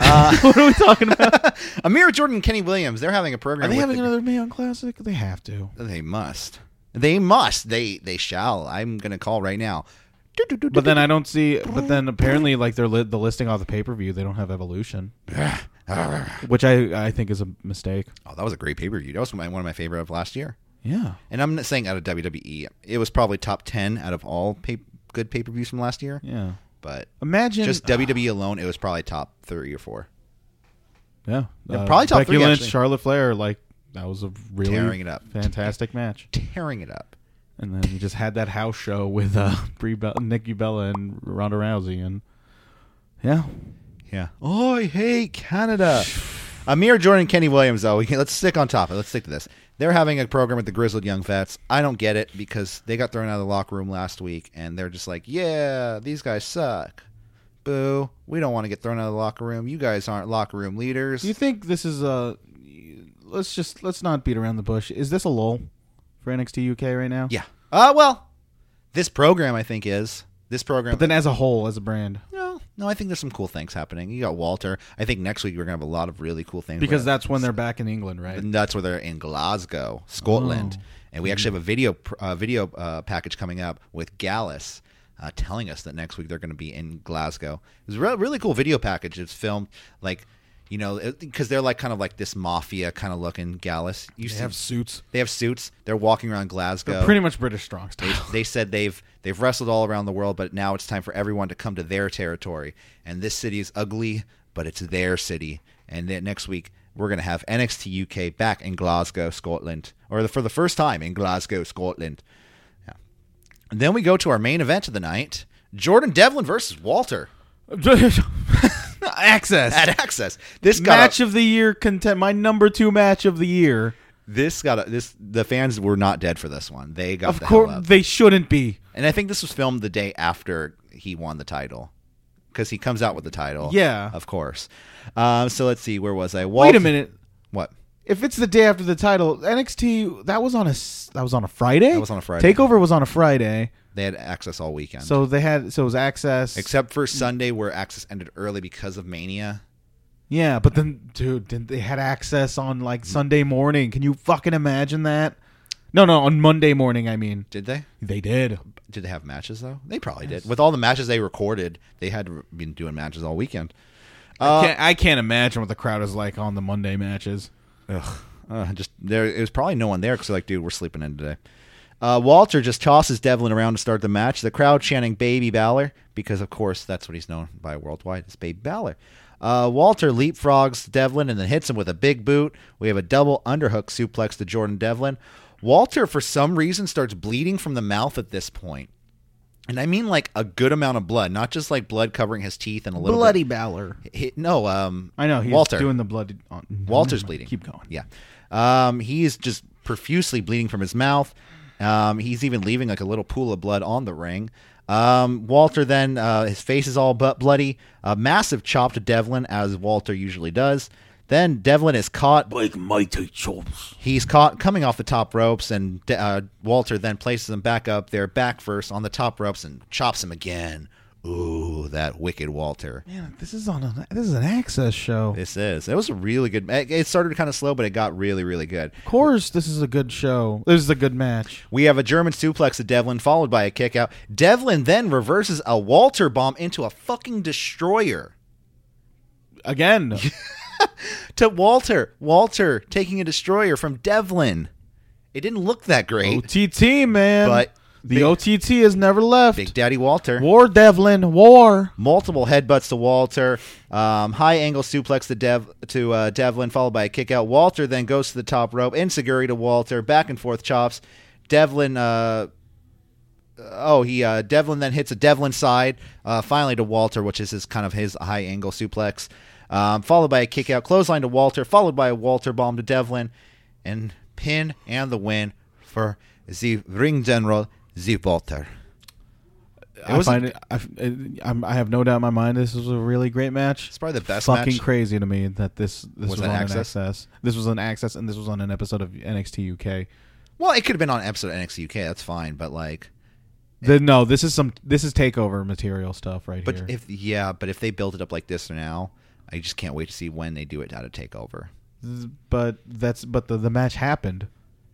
*laughs* what are we *laughs* talking about? Amir Jordan, and Kenny Williams, they're having a program. Are they with having the- another Mae Young Classic? They have to. They must. They must. They they shall. I'm gonna call right now. But then I don't see. But then apparently, like they're li- the listing all the pay per view. They don't *sighs* have Evolution, which I I think is a mistake. Oh, that was a great pay per view. That was my, one of my favorite of last year. Yeah, And I'm not saying out of WWE. It was probably top ten out of all pay, good pay per views from last year. yeah. But Imagine just WWE alone, it was probably top three or four. Yeah, Yeah, probably top Becky three, Lynch, actually. Charlotte Flair. Like that was a really Tearing it up. fantastic match. Tearing it up. And then you just had that house show with uh *laughs* Brie Be- Nikki Bella and Ronda Rousey, and yeah, Yeah. Oh, I hate Canada. Amir Jordan, and Kenny Williams, though. We can, let's stick on topic. Let's stick to this. They're having a program with the Grizzled Young Vets. I don't get it because they got thrown out of the locker room last week, and they're just like, "Yeah, these guys suck. Boo. We don't want to get thrown out of the locker room. You guys aren't locker room leaders." do you think this is a? Let's just let's not beat around the bush. Is this a lull for NXT UK right now? yeah. Uh, well, this program I think is this program. But then as a whole, as a brand, no, no, I think there's some cool things happening. You got Walter. I think next week we're gonna have a lot of really cool things because We're- that's when they're back in England, right? and that's where they're in Glasgow, Oh. Scotland. And we actually have a video pr- uh, video uh, package coming up with Gallus uh, telling us that next week they're going to be in Glasgow. It was a re- really cool video package. It's filmed like you know because they're like kind of like this mafia kind of looking Gallus. You see, suits. they have suits. They're walking around Glasgow. Pretty much British strong style. They- they said they've they've wrestled all around the world, but now it's time for everyone to come to their territory. And this city is ugly, but it's their city. And then next week we're gonna have NXT UK back in Glasgow, Scotland, or the, for the first time in Glasgow, Scotland. Yeah. And then we go to our main event of the night: Jordan Devlin versus Walter *laughs* Access. at Access. This got *laughs* match a, of the year content. My number two match of the year. this got a, this. The fans were not dead for this one. They got Of the course, hell up. they shouldn't be. And I think this was filmed the day after he won the title. because he comes out with the title. Yeah. of course. Um, so let's see, where was I? Wait Walt- a minute. What? If it's the day after the title, NXT that was on a s- that was on a Friday. That was on a Friday. Takeover was on a Friday, They had access all weekend, so they had so it was access. except for Sunday where access ended early because of Mania. yeah, but then dude, didn't they had access on Mm. like Sunday morning. Can you fucking imagine that? No, no, on Monday morning. I mean, Did they? they did. Did they have matches though? They probably did. With all the matches they recorded, they had to been doing matches all weekend. Uh, I, can't, I can't imagine what the crowd is like on the Monday matches. Ugh. Uh, just there, it was probably no one there because like, dude, we're sleeping in today. Uh, Walter just tosses Devlin around to start the match. The crowd chanting "Baby Balor" because, of course, that's what he's known by worldwide. It's Baby Balor. Uh, Walter leapfrogs Devlin and then hits him with a big boot. We have a double underhook suplex to Jordan Devlin. Walter, for some reason, starts bleeding from the mouth at this point, and I mean like a good amount of blood, not just like blood covering his teeth and a little Bloody Balor. Bit. He- no, um, I know he's Walter doing the bloody. On, Walter's Never mind. bleeding. Mm, Keep going. Yeah. Um, he is just profusely bleeding from his mouth. Um, he's even leaving like a little pool of blood on the ring. Um, Walter then, uh, his face is all but bloody. A massive chop to Devlin, as Walter usually does. Then Devlin is caught. Like mighty chops. He's caught coming off the top ropes, and uh, Walter then places him back up there, back first on the top ropes, and chops him again. Ooh, that wicked Walter. Man, this is on a, this is an access show. This is. It was a really good. It it started kind of slow, but it got really, really good. Of course, this is a good show. This is a good match. We have a German suplex to Devlin, followed by a kick out. Devlin then reverses a Walter bomb into a fucking destroyer. *laughs* Again, To Walter. Walter taking a destroyer from Devlin. It didn't look that great. OTT man. But the big- OTT has never left. Big Daddy Walter. war Devlin, war. Multiple headbutts to Walter. Um, high angle suplex to Dev to uh, Devlin, followed by a kick out. Walter then goes to the top rope. Insiguri to Walter. Back and forth chops. Devlin. Uh, oh, he uh, Devlin then hits a Devlin side, uh, finally to Walter, which is his kind of his high angle suplex, um, followed by a kick out clothesline to Walter, followed by a Walter bomb to Devlin, and pin and the win for the ring general, the Walter. I find it. I, I'm, I have no doubt in my mind. This was a really great match. It's probably the best Fucking match. crazy to me that this Was this was, that on Access? an access. This was on access, and this was on an episode of NXT UK. Well, it could have been on an episode of NXT UK. That's fine, but like, The, no, this is some this is takeover material stuff right but here. if yeah, but if they build it up like this now, I just can't wait to see when they do it out of Takeover. but that's but the the match happened.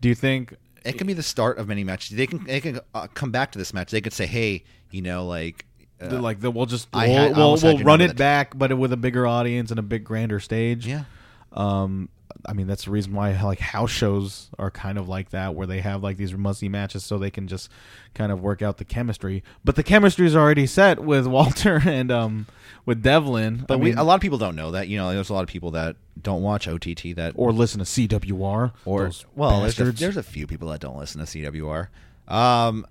Do you think? It can be the start of many matches. They can they can uh, come back to this match. They could say, hey, you know, like, uh, like the, we'll just I we'll, had- I we'll, almost had we'll your run number it that- back, but with a bigger audience and a big grander stage. yeah, Um, I mean that's the reason why like house shows are kind of like that, where they have like these musty matches, so they can just kind of work out the chemistry. But the chemistry is already set with *laughs* Walter and um with Devlin. but I we mean, a lot of people don't know that. You know, there's a lot of people that don't watch OTT that or listen to CWR or those well, there's a, bastards. there's a few people that don't listen to CWR. Um,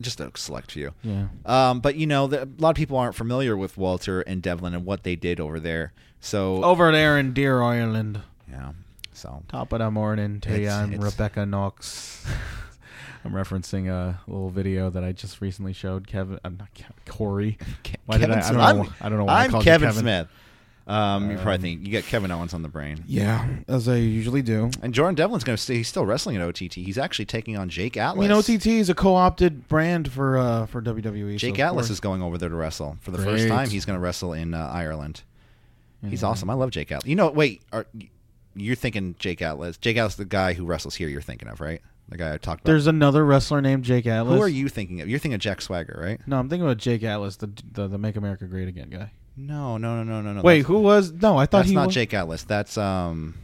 just a select few. yeah. Um, but you know, the, a lot of people aren't familiar with Walter and Devlin and what they did over there. So Over there in Dear Ireland, yeah, so top of the morning to you. It's- I'm it's- Rebecca *laughs* Knox. I'm referencing a little video that I just recently showed Kevin. I'm not Kevin, Corey. Why did I? I don't, know, I'm- why- I don't know why I I'm called you Kevin, Kevin Smith. Um, you probably think you got Kevin Owens on the brain. Yeah, as I usually do. And Jordan Devlin's going to stay. He's still wrestling at OTT. He's actually taking on Jake I Atlas. mean, OTT is a co-opted brand for uh, for WWE. Jake so of Atlas course. is going over there to wrestle for the first Great. time. He's going to wrestle in uh, Ireland. He's awesome. I love Jake Atlas. You know, wait, are, you're thinking Jake Atlas? Jake Atlas, the guy who wrestles here. You're thinking of right? The guy I talked about. There's another wrestler named Jake Atlas. Who are you thinking of? You're thinking of Jack Swagger, right? No, I'm thinking about Jake Atlas, the the, the Make America Great Again guy. No, no, no, no, no, no. Wait, That's- who was? No, I thought That's he not was, Jake Atlas. That's um,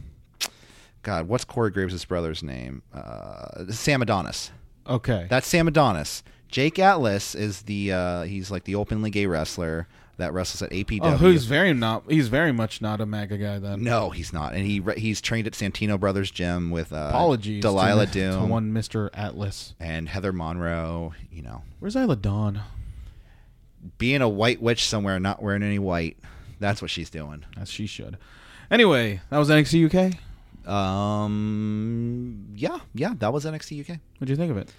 God, what's Corey Graves' brother's name? Uh, Sam Adonis. Okay, That's Sam Adonis. Jake Atlas is the uh, he's like the openly gay wrestler that wrestles at APW. oh, who's very not? He's very much not a MAGA guy then. E. no, he's not, and he re- he's trained at Santino Brothers Gym with uh, Apologies, to- Delilah *laughs* to, Doom, one Mister Atlas. and Heather Monroe. You know, Where's Isla Dawn? being a white witch somewhere, and not wearing any white. That's what she's doing. As she should. Anyway, that was NXT UK. Um, yeah, yeah, that was NXT UK. What'd you think of it?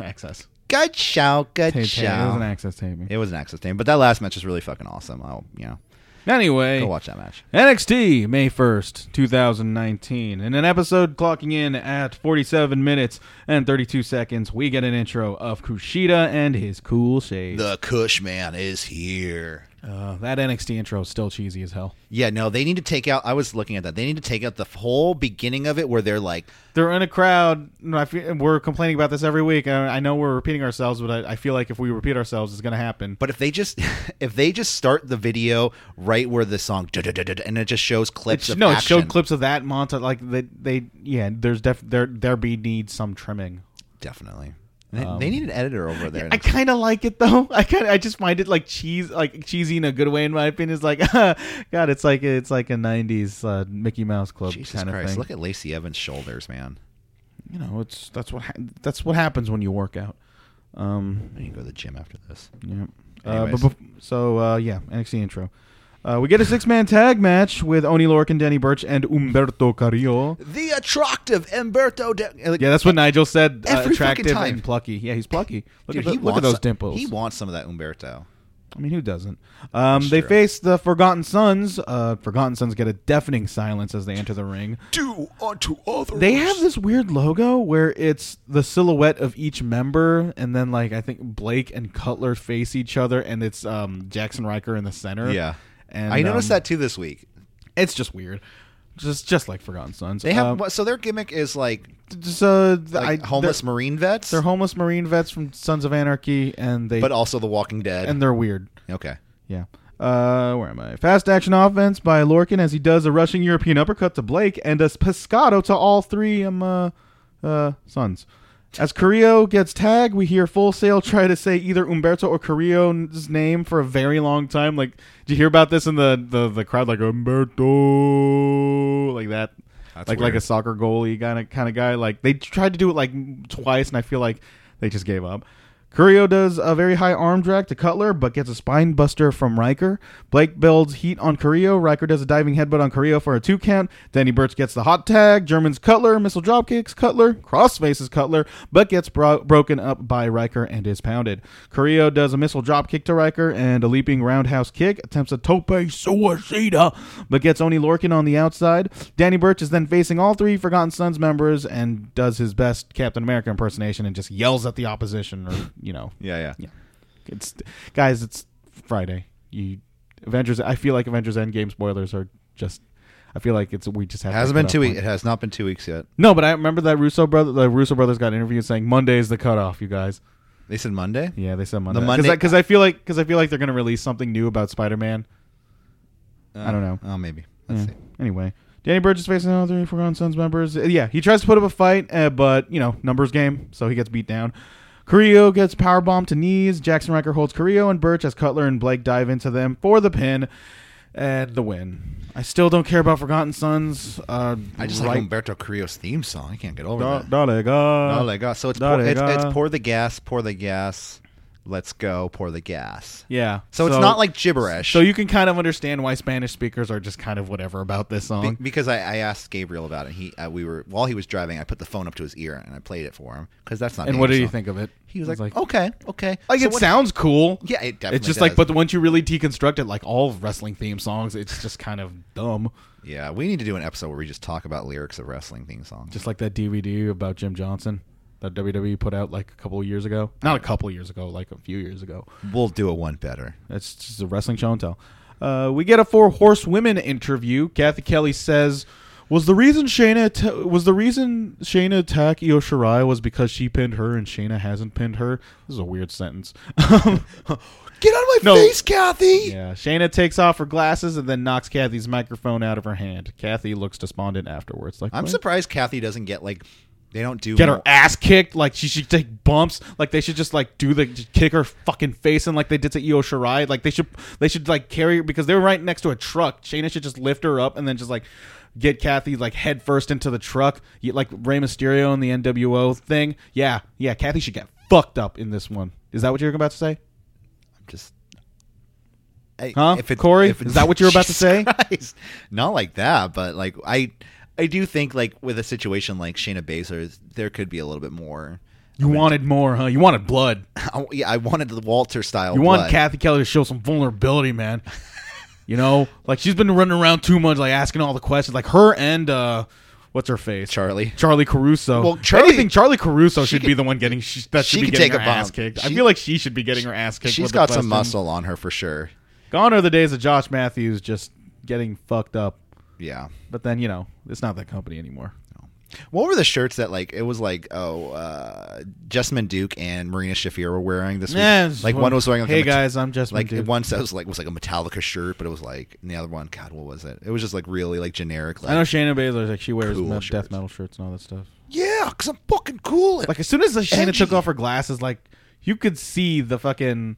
Access. Good show. Good Tay show. Tay. It was an access taping. It was an access team, but that last match was really fucking awesome. I'll you know Anyway, go watch that match. NXT, May 1st, 2019. In an episode clocking in at 47 minutes and 32 seconds, we get an intro of Kushida and his cool shades. The Cush Man is here. Uh, that NXT intro is still cheesy as hell. Yeah, no, they need to take out. I was looking at that. They need to take out the whole beginning of it where they're like, They're in a crowd. and I feel, we're complaining about this every week. I, I know we're repeating ourselves, but I, I feel like if we repeat ourselves, it's going to happen. but if they just *laughs* if they just start the video right where the song duh, duh, duh, duh, duh, and it just shows clips It's- of no, it action. showed clips of that montage. Like they, they, yeah. There's def there there be needs some trimming. definitely. They, they need an editor over there. Um, I kind of like it though. *laughs* I kind I just find it like cheese like cheesy in a good way in my opinion. Is like *laughs* God, it's like it's like a '90s uh, Mickey Mouse Club Jesus kind of Christ! thing. Look at Lacey Evans' shoulders, man. you know, it's that's what ha- that's what happens when you work out. Um, I need to go to the gym after this. yeah. Uh, but Anyways. bef- so uh, yeah, NXT intro. Uh, we get a six man tag match with Oni Lorcan, Danny Burch, and Umberto Carrillo. The attractive Umberto. De- Yeah, that's what Nigel said. E-, Uh, Every fucking attractive time. and plucky. Yeah, he's plucky. Look, Dude, at, he the, look at wants- those dimples. He wants some of that Umberto. I mean, who doesn't? Um, they true. face the Forgotten Sons. Uh, Forgotten Sons get a deafening silence as they enter the ring. Do unto others. They have this weird logo where it's the silhouette of each member, and then like I think Blake and Cutler face each other, and it's um, Jackson Riker in the center. Yeah. and I noticed um, that too this week. it's just weird. Just, just like Forgotten Sons. They have um, so their gimmick is like, just, uh, th- like I- homeless They're, marine vets, they're homeless Marine vets from Sons of Anarchy, and they but also the Walking Dead. and they're weird. okay, Yeah. Uh, where am I? Fast action offense by Lorkin as he does a rushing European uppercut to Blake and a pescado to all three um uh, uh sons. As Carrillo gets tagged, we hear Full Sail try to say either Umberto or Carrillo's name for a very long time. Like, did you hear about this in the the, the crowd? Like Umberto, like that. That's like like weird. a soccer goalie kind of kind of guy. Like they tried to do it like twice, and I feel like they just gave up. Curio does a very high arm drag to Cutler, but gets a spine buster from Riker. Blake builds heat on Curio. Riker does a diving headbutt on Curio for a two count. Danny Burch gets the hot tag. Germans Cutler, missile drop kicks Cutler, cross faces Cutler, but gets bro- broken up by Riker and is pounded. Curio does a missile drop kick to Riker and a leaping roundhouse kick. Attempts a tope suicida, but gets Oni Lorkin on the outside. Danny Burch is then facing all three Forgotten Sons members and does his best Captain America impersonation and just yells at the opposition or, you know, yeah, yeah, yeah. It's guys, it's Friday. You Avengers I feel like Avengers Endgame spoilers are just I feel like it's we just have It to hasn't cut been e- two off weeks. It on- has not been two weeks yet. No, but I remember that Russo brother the Russo brothers got interviewed saying Monday is the cutoff, you guys. They said Monday. Yeah, they said Monday. Monday- cuz I, feel like cuz I feel like they're going to release something new about Spider-Man. I don't know. Oh, maybe. Let's Yeah. see. Anyway, Danny Burch is facing all three Forgotten Sons members. Uh, Yeah, he tries to put up a fight, uh, but you know, numbers game, so he gets beat down. Carrillo gets powerbombed to knees. Jackson Riker holds Carrillo and Burch as Cutler and Blake dive into them for the pin and the win. I still don't care about Forgotten Sons. Uh, I just like Umberto Carrillo's theme song. I can't get over Da- that. Dale ga. oh my god! So it's, Da- pour, da- it's ga. it's pour the gas, pour the gas, let's go, pour the gas. Yeah. So, it's not like gibberish. So you can kind of understand why Spanish speakers are just kind of whatever about this Be- song. because I, I asked Gabriel about it. He uh, we were while he was driving. I put the phone up to his ear and I played it for him because that's not. and the what do English you song. think of it? He was It's like, "Oh, okay, okay. Like So it what- sounds cool. Yeah, it definitely. it's just does. like, but once you really deconstruct it, like all wrestling theme songs, it's just kind of dumb. yeah, we need to do an episode where we just talk about lyrics of wrestling theme songs. Just like that DVD about Jim Johnson that WWE put out like a couple of years ago. Not a couple of years ago, like a few years ago. We'll do a one better. That's just a wrestling show and tell. Uh, we get a four horsewomen interview. Kathy Kelly says, "Was the reason Shayna atta- was the reason Shayna attacked Io Shirai was because she pinned her and Shayna hasn't pinned her." This is a weird sentence. *laughs* Get out of my No. face, Kathy. Yeah, Shayna takes off her glasses and then knocks Kathy's microphone out of her hand. Kathy looks despondent afterwards. Like I'm "What?" surprised Kathy doesn't get like they don't do Get her more- ass kicked. Like she should take bumps. Like they should just like do the just kick her fucking face in like they did to Io Shirai. Like they should they should like carry her because they were right next to a truck. Shayna should just lift her up and then just like get Kathy like head first into the truck. You- Like Rey Mysterio and the NWO thing. Yeah, yeah. Kathy should get fucked up in this one. Is that what you're about to say? just. I- Huh? Corey, is that what you were about to *laughs* Jesus say? Christ. Not like that, but like I, I do think like with a situation like Shayna Baszler, there could be a little bit more *laughs* You wanted more, huh? You wanted blood. I, yeah, I wanted the Walter style. You want blood. Kathy Kelly to show some vulnerability, man. *laughs* you know, like she's been running around too much, like asking all the questions. Like her and uh, what's her face, Charlie. Charlie Caruso. Well, Charlie- anything Charlie Caruso she should be could- the one getting she, that she should be could getting take her a bomb. ass kicked. I She- feel like she should be getting her ass kicked. She's with the got some question. muscle on her for sure. Gone are the days of Josh Matthews just getting fucked up. Yeah. But then you know, it's not that company anymore. What were the shirts that like it was like oh uh Jessamine Duke and Marina Shafir were wearing this week? Yeah, it's like one- one was wearing like a "Hey, meta- guys, I'm Jessamine like Duke." one that was like was like a Metallica shirt, but it was like and the other one, God, what was it? It was just like really like generic. Like, I know Shannon Baszler like she wears Cool me- shirts. death metal shirts and all that stuff. yeah, because I'm fucking cool. Like as soon as Shannon Edgy. took off her glasses, like you could see the fucking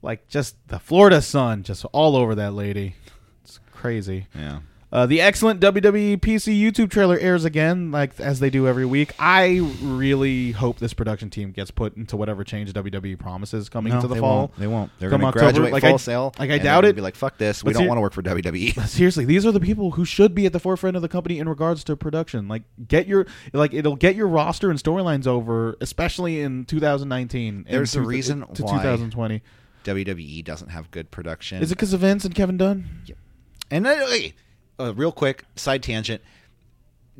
like just the Florida sun just all over that lady. It's crazy. yeah, Uh, the excellent WWE PC YouTube trailer airs again, like as they do every week. I really hope this production team gets put into whatever change WWE promises coming into the they fall. won't. They won't. They're Come gonna October, graduate like full I- sale. like I and they're doubt gonna it. Be like fuck this. we Let's don't hear- want to work for E." *laughs* WWE. seriously these are the people who should be at the forefront of the company in regards to production like get your like it'll get your roster and storylines over especially in 2019 and There's a two- reason to why. 2020 WWE E doesn't have good production. is it because of vince and kevin dunn And then, okay, uh, real quick side tangent: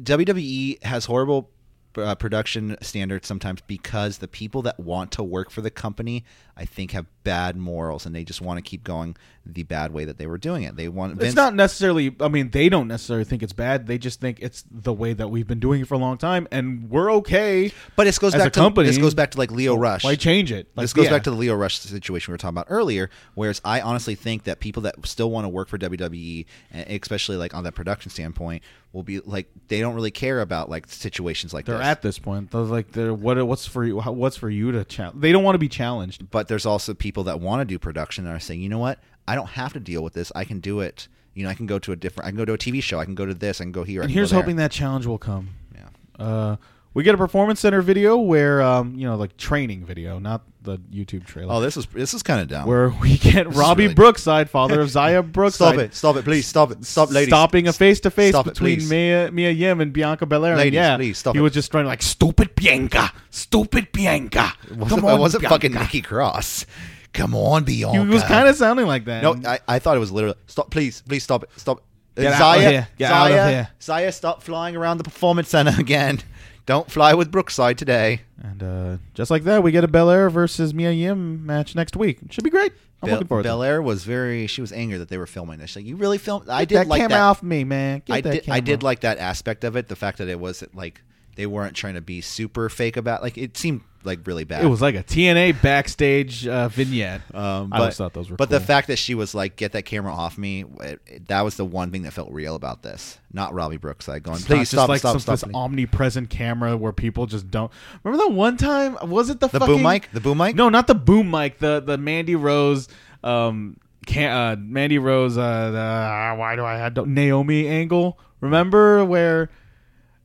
WWE has horrible uh, production standards sometimes because the people that want to work for the company, I think, have bad morals and they just want to keep going the bad way that they were doing it. They want Vince, it's not necessarily i mean they don't necessarily think it's bad they just think it's the way that we've been doing it for a long time and we're okay but it goes as back a to company, this goes back to like Leo Rush. why change it Like, this goes yeah. back to the Leo Rush situation we were talking about earlier, whereas I honestly think that people that still want to work for WWE, and eh, especially like on that production standpoint, will be like they don't really care about like situations like they're this. at this point they're like they're what what's for you how- what's for you to challenge they don't want to be challenged but there's also people that want to do production and are saying, you know what, I don't have to deal with this. I can do it. You know, I can go to a different. I can go to a TV show. I can go to this. I can go here. I and can go here's there. hoping that challenge will come Yeah. Uh, we get a performance center video where, um, you know, like training video, not the YouTube trailer. Oh, this is this is kind of dumb. where we *laughs* get is Robbie really- Brookside, father *laughs* of Zaya Brookside, stop it! Stop it! Please stop it! Stop, ladies! stopping a face to face Stop it, between please. Mia Mia Yim and Bianca Belair. And Ladies, yeah, please, stop he it. was just trying to like stop. Stupid Bianca. Stupid Bianca. Wasn't, Come on, it wasn't Bianca. fucking Nikki Cross. Come on, He Bianca. was kind of sounding like that. No, I, I thought it was literally stop. Please, please stop it! Stop. it. Get out Zaya, of here. Get out of Zaya, here. Zaya, stop flying around the performance center *laughs* again. Don't fly with Brookside today. and uh, just like that, we get a Belair versus Mia Yim match next week. Should be great. I'm Bel- looking forward to it. Belair was very. She was angry that they were filming this. She's Like you really filmed. I Get did that like camera that. off me, man. Get I that did. camera. I did like that aspect of it. The fact that it wasn't like they weren't trying to be super fake about. Like it seemed like really bad. It was like a TNA backstage uh, vignette. Um, I but, always thought those were. But the cool. fact that she was like, "Get that camera off me," it, it- that was the one thing that felt real about this. Not Robbie Brookside going, It's not "Please just stop, like stop, some, stop." this omnipresent camera where people just don't remember that one time was it the, The fucking, boom mic? The boom mic? no not the boom mic the the mandy rose um can, uh, mandy rose uh the, ah, why do i have don't- naomi angle remember where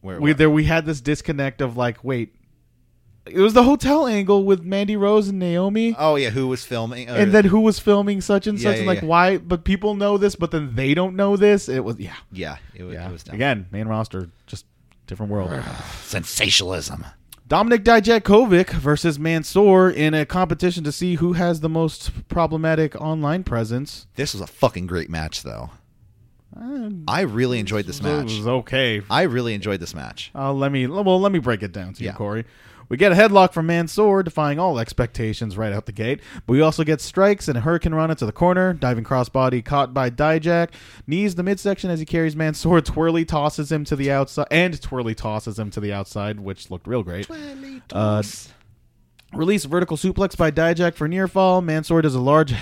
Where- we there we had this disconnect of like wait it was the hotel angle with mandy rose and naomi oh yeah, who was filming? Or- and then who was filming such and Yeah, such and yeah, like yeah. why but people know this but then they don't know this it was yeah yeah, it was, yeah it was dumb. again main roster just *sighs* different world sensationalism. Dominic Dijakovic versus Mansoor in a competition to see who has the most problematic online presence. This was a fucking great match, though. I really enjoyed this It match. was okay. I really enjoyed this match. Uh, let me well, let me break it down to Yeah. you, Corey. We get a headlock from Mansoor, defying all expectations right out the gate. But we also get strikes and a hurricane run into the corner, diving crossbody caught by Dijak, knees the midsection as he carries Mansoor, twirly tosses him to the outside, and twirly tosses him to the outside, which looked real great. Uh, Release vertical suplex by Dijak for near fall. Mansoor does a large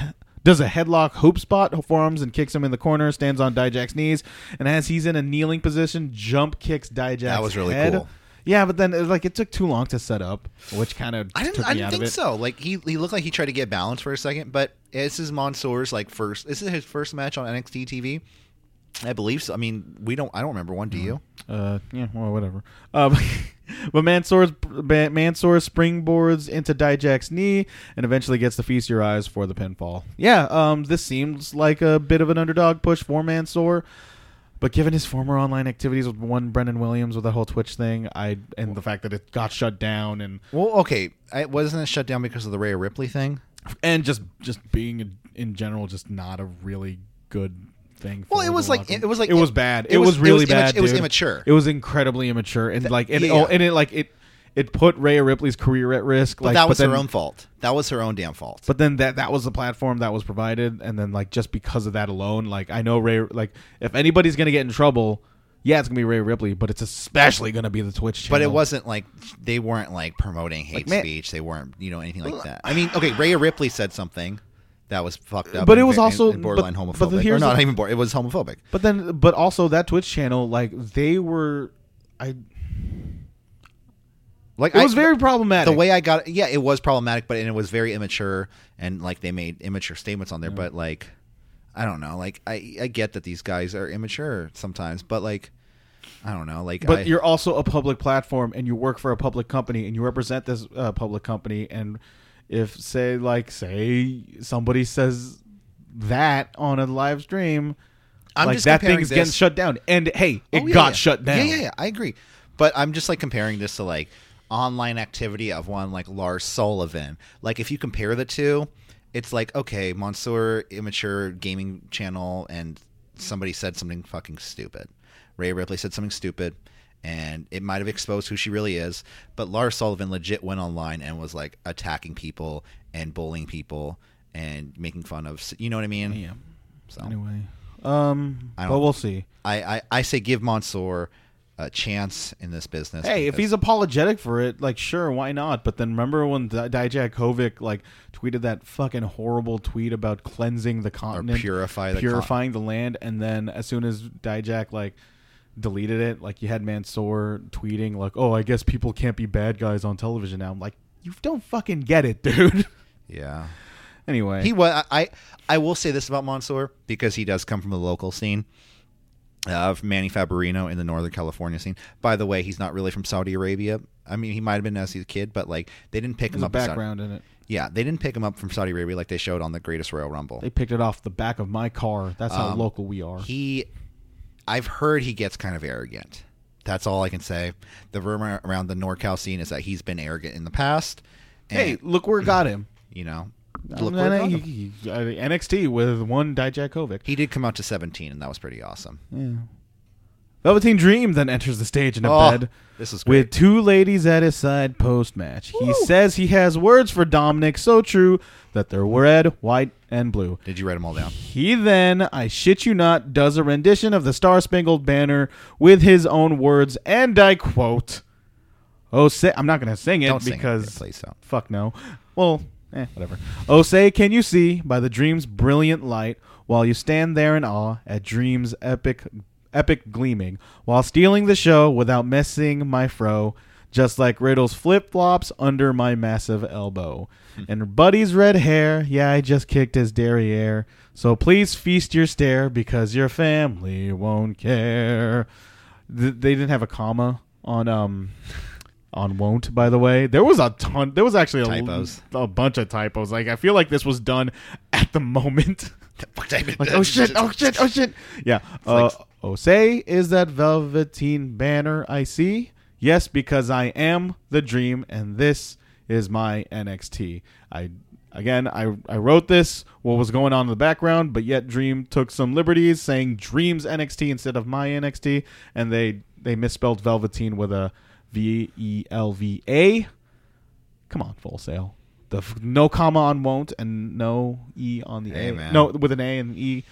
does a headlock hoop spot, forearms and kicks him in the corner, stands on Dijak's knees, and as he's in a kneeling position, jump kicks Dijak's That was really head. cool. Yeah, but then it, like it took too long to set up, which kind of I didn't. took I me didn't out of think it. so. Like he, he looked like he tried to get balance for a second, but this is Mansoor's like first. This is his first match on NXT TV, I believe. So I mean, we don't. I don't remember one. Do you? Uh, yeah, well, whatever. Um, *laughs* but Mansoor's Ba- Mansoor springboards into Dijak's knee and eventually gets the feast your eyes for the pinfall. Yeah, um, this seems like a bit of an underdog push for Mansoor, but But given his former online activities with one Brendan Williams with that whole Twitch thing, I and the fact that it got shut down and Well, okay, I wasn't it shut down because of the Rhea Ripley thing. and just just being in- in general just not a really good thing. Well, for it was the like locker room. it was like it was bad. it It, was, was- it really was immat- bad. it was dude. immature. It was incredibly immature and like and yeah. oh, and it like it it put Rhea Ripley's career at risk. But like that was then, her own fault. That was her own damn fault. But then that that was the platform that was provided, and then like just because of that alone, like I know Ray, like if anybody's gonna get in trouble, yeah, it's gonna be Ray Ripley, but it's especially gonna be the Twitch channel. But it wasn't like they weren't like promoting hate man- speech. They weren't, you know, anything like that. I mean, *sighs* okay, Rhea Ripley said something that was fucked up. But it and was ve- also- and borderline but- homophobic. but the- or here's not the- even border. It was homophobic. But then, but also that Twitch channel, like they were, I it Like was I- very problematic. the way I got. Yeah, it was problematic, but and it was very immature, and like they made immature statements on there. But like, I don't know. Like I, I get that these guys are immature sometimes, but like, I don't know. Like, But I, you're also a public platform, and you work for a public company, and you represent this uh, public company. And if say like say somebody says that on a live stream, I'm like just that comparing thing's this- getting shut down. And hey, it Oh, yeah, got yeah. shut down. Yeah, yeah, yeah. I agree. But I'm just like comparing this to like online activity of one like Lars Sullivan. Like if you compare the two, it's like okay, Monsieur immature gaming channel, and somebody said something fucking stupid. Ray Ripley said something stupid, and it might have exposed who she really is. But Lars Sullivan legit went online and was like attacking people and bullying people and making fun of. You know what I mean? Yeah. So. Anyway, um, I but don't- we'll see. I, I, I say give Mansoor a chance in this business. Hey, if because- he's apologetic for it, like sure, why not? But then remember when D- Dijak Kovic like tweeted that fucking horrible tweet about cleansing the continent, purify the con- purifying the land, and then as soon as Dijak like deleted it, like you had Mansoor tweeting like, "Oh, I guess people can't be bad guys on television now." I'm like, you don't fucking get it, *laughs* dude. yeah, anyway, he was. I I will say this about Mansoor because he does come from the local scene uh, of Manny Fabarino in the Northern California scene. By the way, he's not really from Saudi Arabia. I mean, he might have been as a kid, but like they didn't pick him there's a up. in Saudi- background in it. yeah, they didn't pick him up from Saudi Arabia like they showed on the Greatest Royal Rumble. They picked it off the back of my car. That's how Um, local we are. He, I've heard he gets kind of arrogant. That's all I can say. The rumor around the NorCal scene is that he's been arrogant in the past. And, hey, look where it got him. you know, Um, look where it and got he- him. he- uh, NXT with one Dijakovic. He did come out to 17, and that was pretty awesome. Velveteen Dream then enters the stage in a Oh, bed this was great. with two ladies at his side post match. He says he has words for Dominic so true that they're red, white, and blue. Did you write them all *laughs* down? He then, I shit you not, does a rendition of the Star Spangled Banner with his own words, and I quote, "Oh, say, I'm not gonna sing it Don't sing it. because Yeah, please don't. fuck no. Well, eh, whatever. Oh, say, can you see by the dream's brilliant light while you stand there in awe at dream's epic, epic gleaming, while stealing the show without messing my fro." Just like Riddle's flip flops under my massive elbow. Hmm. And Buddy's red hair, yeah, I just kicked his derriere. So please feast your stare because your family won't care. Th- they didn't have a comma on um on won't by the way there was a ton there was actually a, Typos. a bunch of typos like i feel like this was done at the moment like, like oh shit oh shit oh shit yeah uh, like- oh say is that velveteen banner i see yes because i am the dream and this is my nxt i again i i wrote this what was going on in the background but yet dream took some liberties saying dreams nxt instead of my nxt and they they misspelled velveteen with a v e l v a come on full sale the f- no comma on won't and no e on the Hey, a man. no with an a and e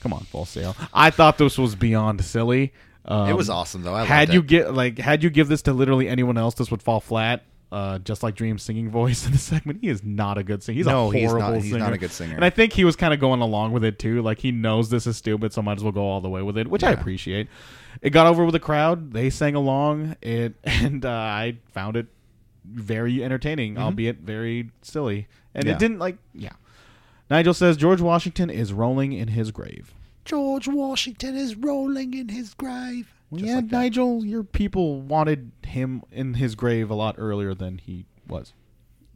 come on full sale i thought this was beyond silly um, It was awesome, though. I had loved you it. get like had you give this to literally anyone else this would fall flat uh, just like Dream's singing voice *laughs* in the segment, he is not a good singer. He's No, a horrible he's not- he's singer. not a good singer. And I think he was kind of going along with it too. Like he knows this is stupid, so might as well go all the way with it, which I appreciate. It got over with the crowd. They sang along. It *laughs* and uh, I found it very entertaining, albeit very silly. And Mm-hmm. Yeah. it didn't like yeah. Nigel says George Washington is rolling in his grave. George Washington is rolling in his grave. Just yeah, like that. Nigel, your people wanted him in his grave a lot earlier than he was.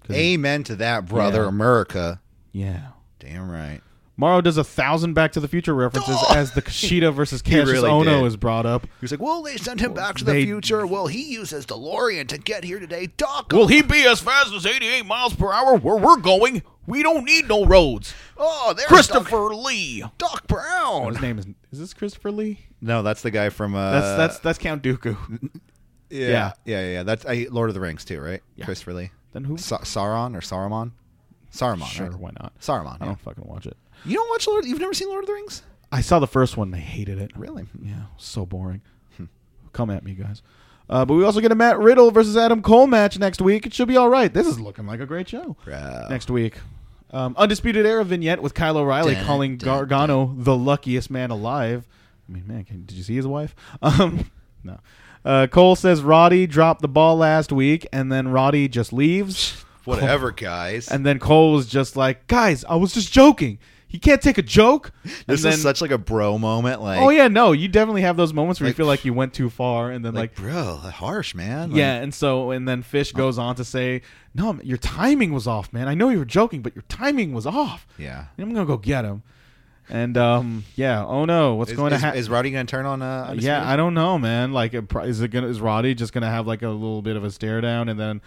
'Cause- Amen to that, brother Yeah. America. yeah. Damn right. Morrow does a thousand Back to the Future references as the Kushida *laughs* versus Cassius really Ono did. is brought up. He was like, "Well, they sent him back to they- the future. Well, he uses DeLorean to get here today. Doc, Will he be as fast as 88 miles per hour where we're going? We don't need no roads. oh, there's Doc, Christopher Lee. Doc His Brown." name is is this Christopher Lee? No, that's the guy from. Uh, That's that's that's Count *laughs* Dooku. yeah, yeah. yeah, yeah, yeah. That's I, Lord of the Rings too, right? Christopher Lee, Then who? Sa- Sauron or Saruman, Saruman. sure, Oh. right? why not? Saruman. I yeah. don't fucking watch it. You don't watch Lord? You've never seen Lord of the Rings? I saw the first one. I hated it. Really? *laughs* Yeah, so boring. Come at me, guys. Uh, but we also get a Matt Riddle versus Adam Cole match next week. It should be all right. This is looking like a great show. Bro. Next week, um, Undisputed Era vignette with Kyle O'Reilly Dun, calling dun, dun. Gargano the luckiest man alive. I mean, man, can, did you see his wife? *laughs* Um, no. Uh, Cole says Roddy dropped the ball last week, and then Roddy *laughs* just leaves. Whatever, guys. And then Cole was just like, "Guys, I was just joking. He can't take a joke." this and then, is such like a bro moment. Like, oh yeah, no, you definitely have those moments where you Like- feel like you went too far, and then like, like, bro, harsh man. Like, Oh. yeah, and so and then Fish goes on to say, "No, m- your timing was off, man. I know you were joking, but your timing was off. yeah. I'm gonna go get him." And um, yeah, oh no, what's Is, going to is, happen? is Roddy going to turn on? Uh, Undisputed? Yeah, I don't know, man. Like, it pro- is it gonna is Roddy just gonna have like a little bit of a stare down, and then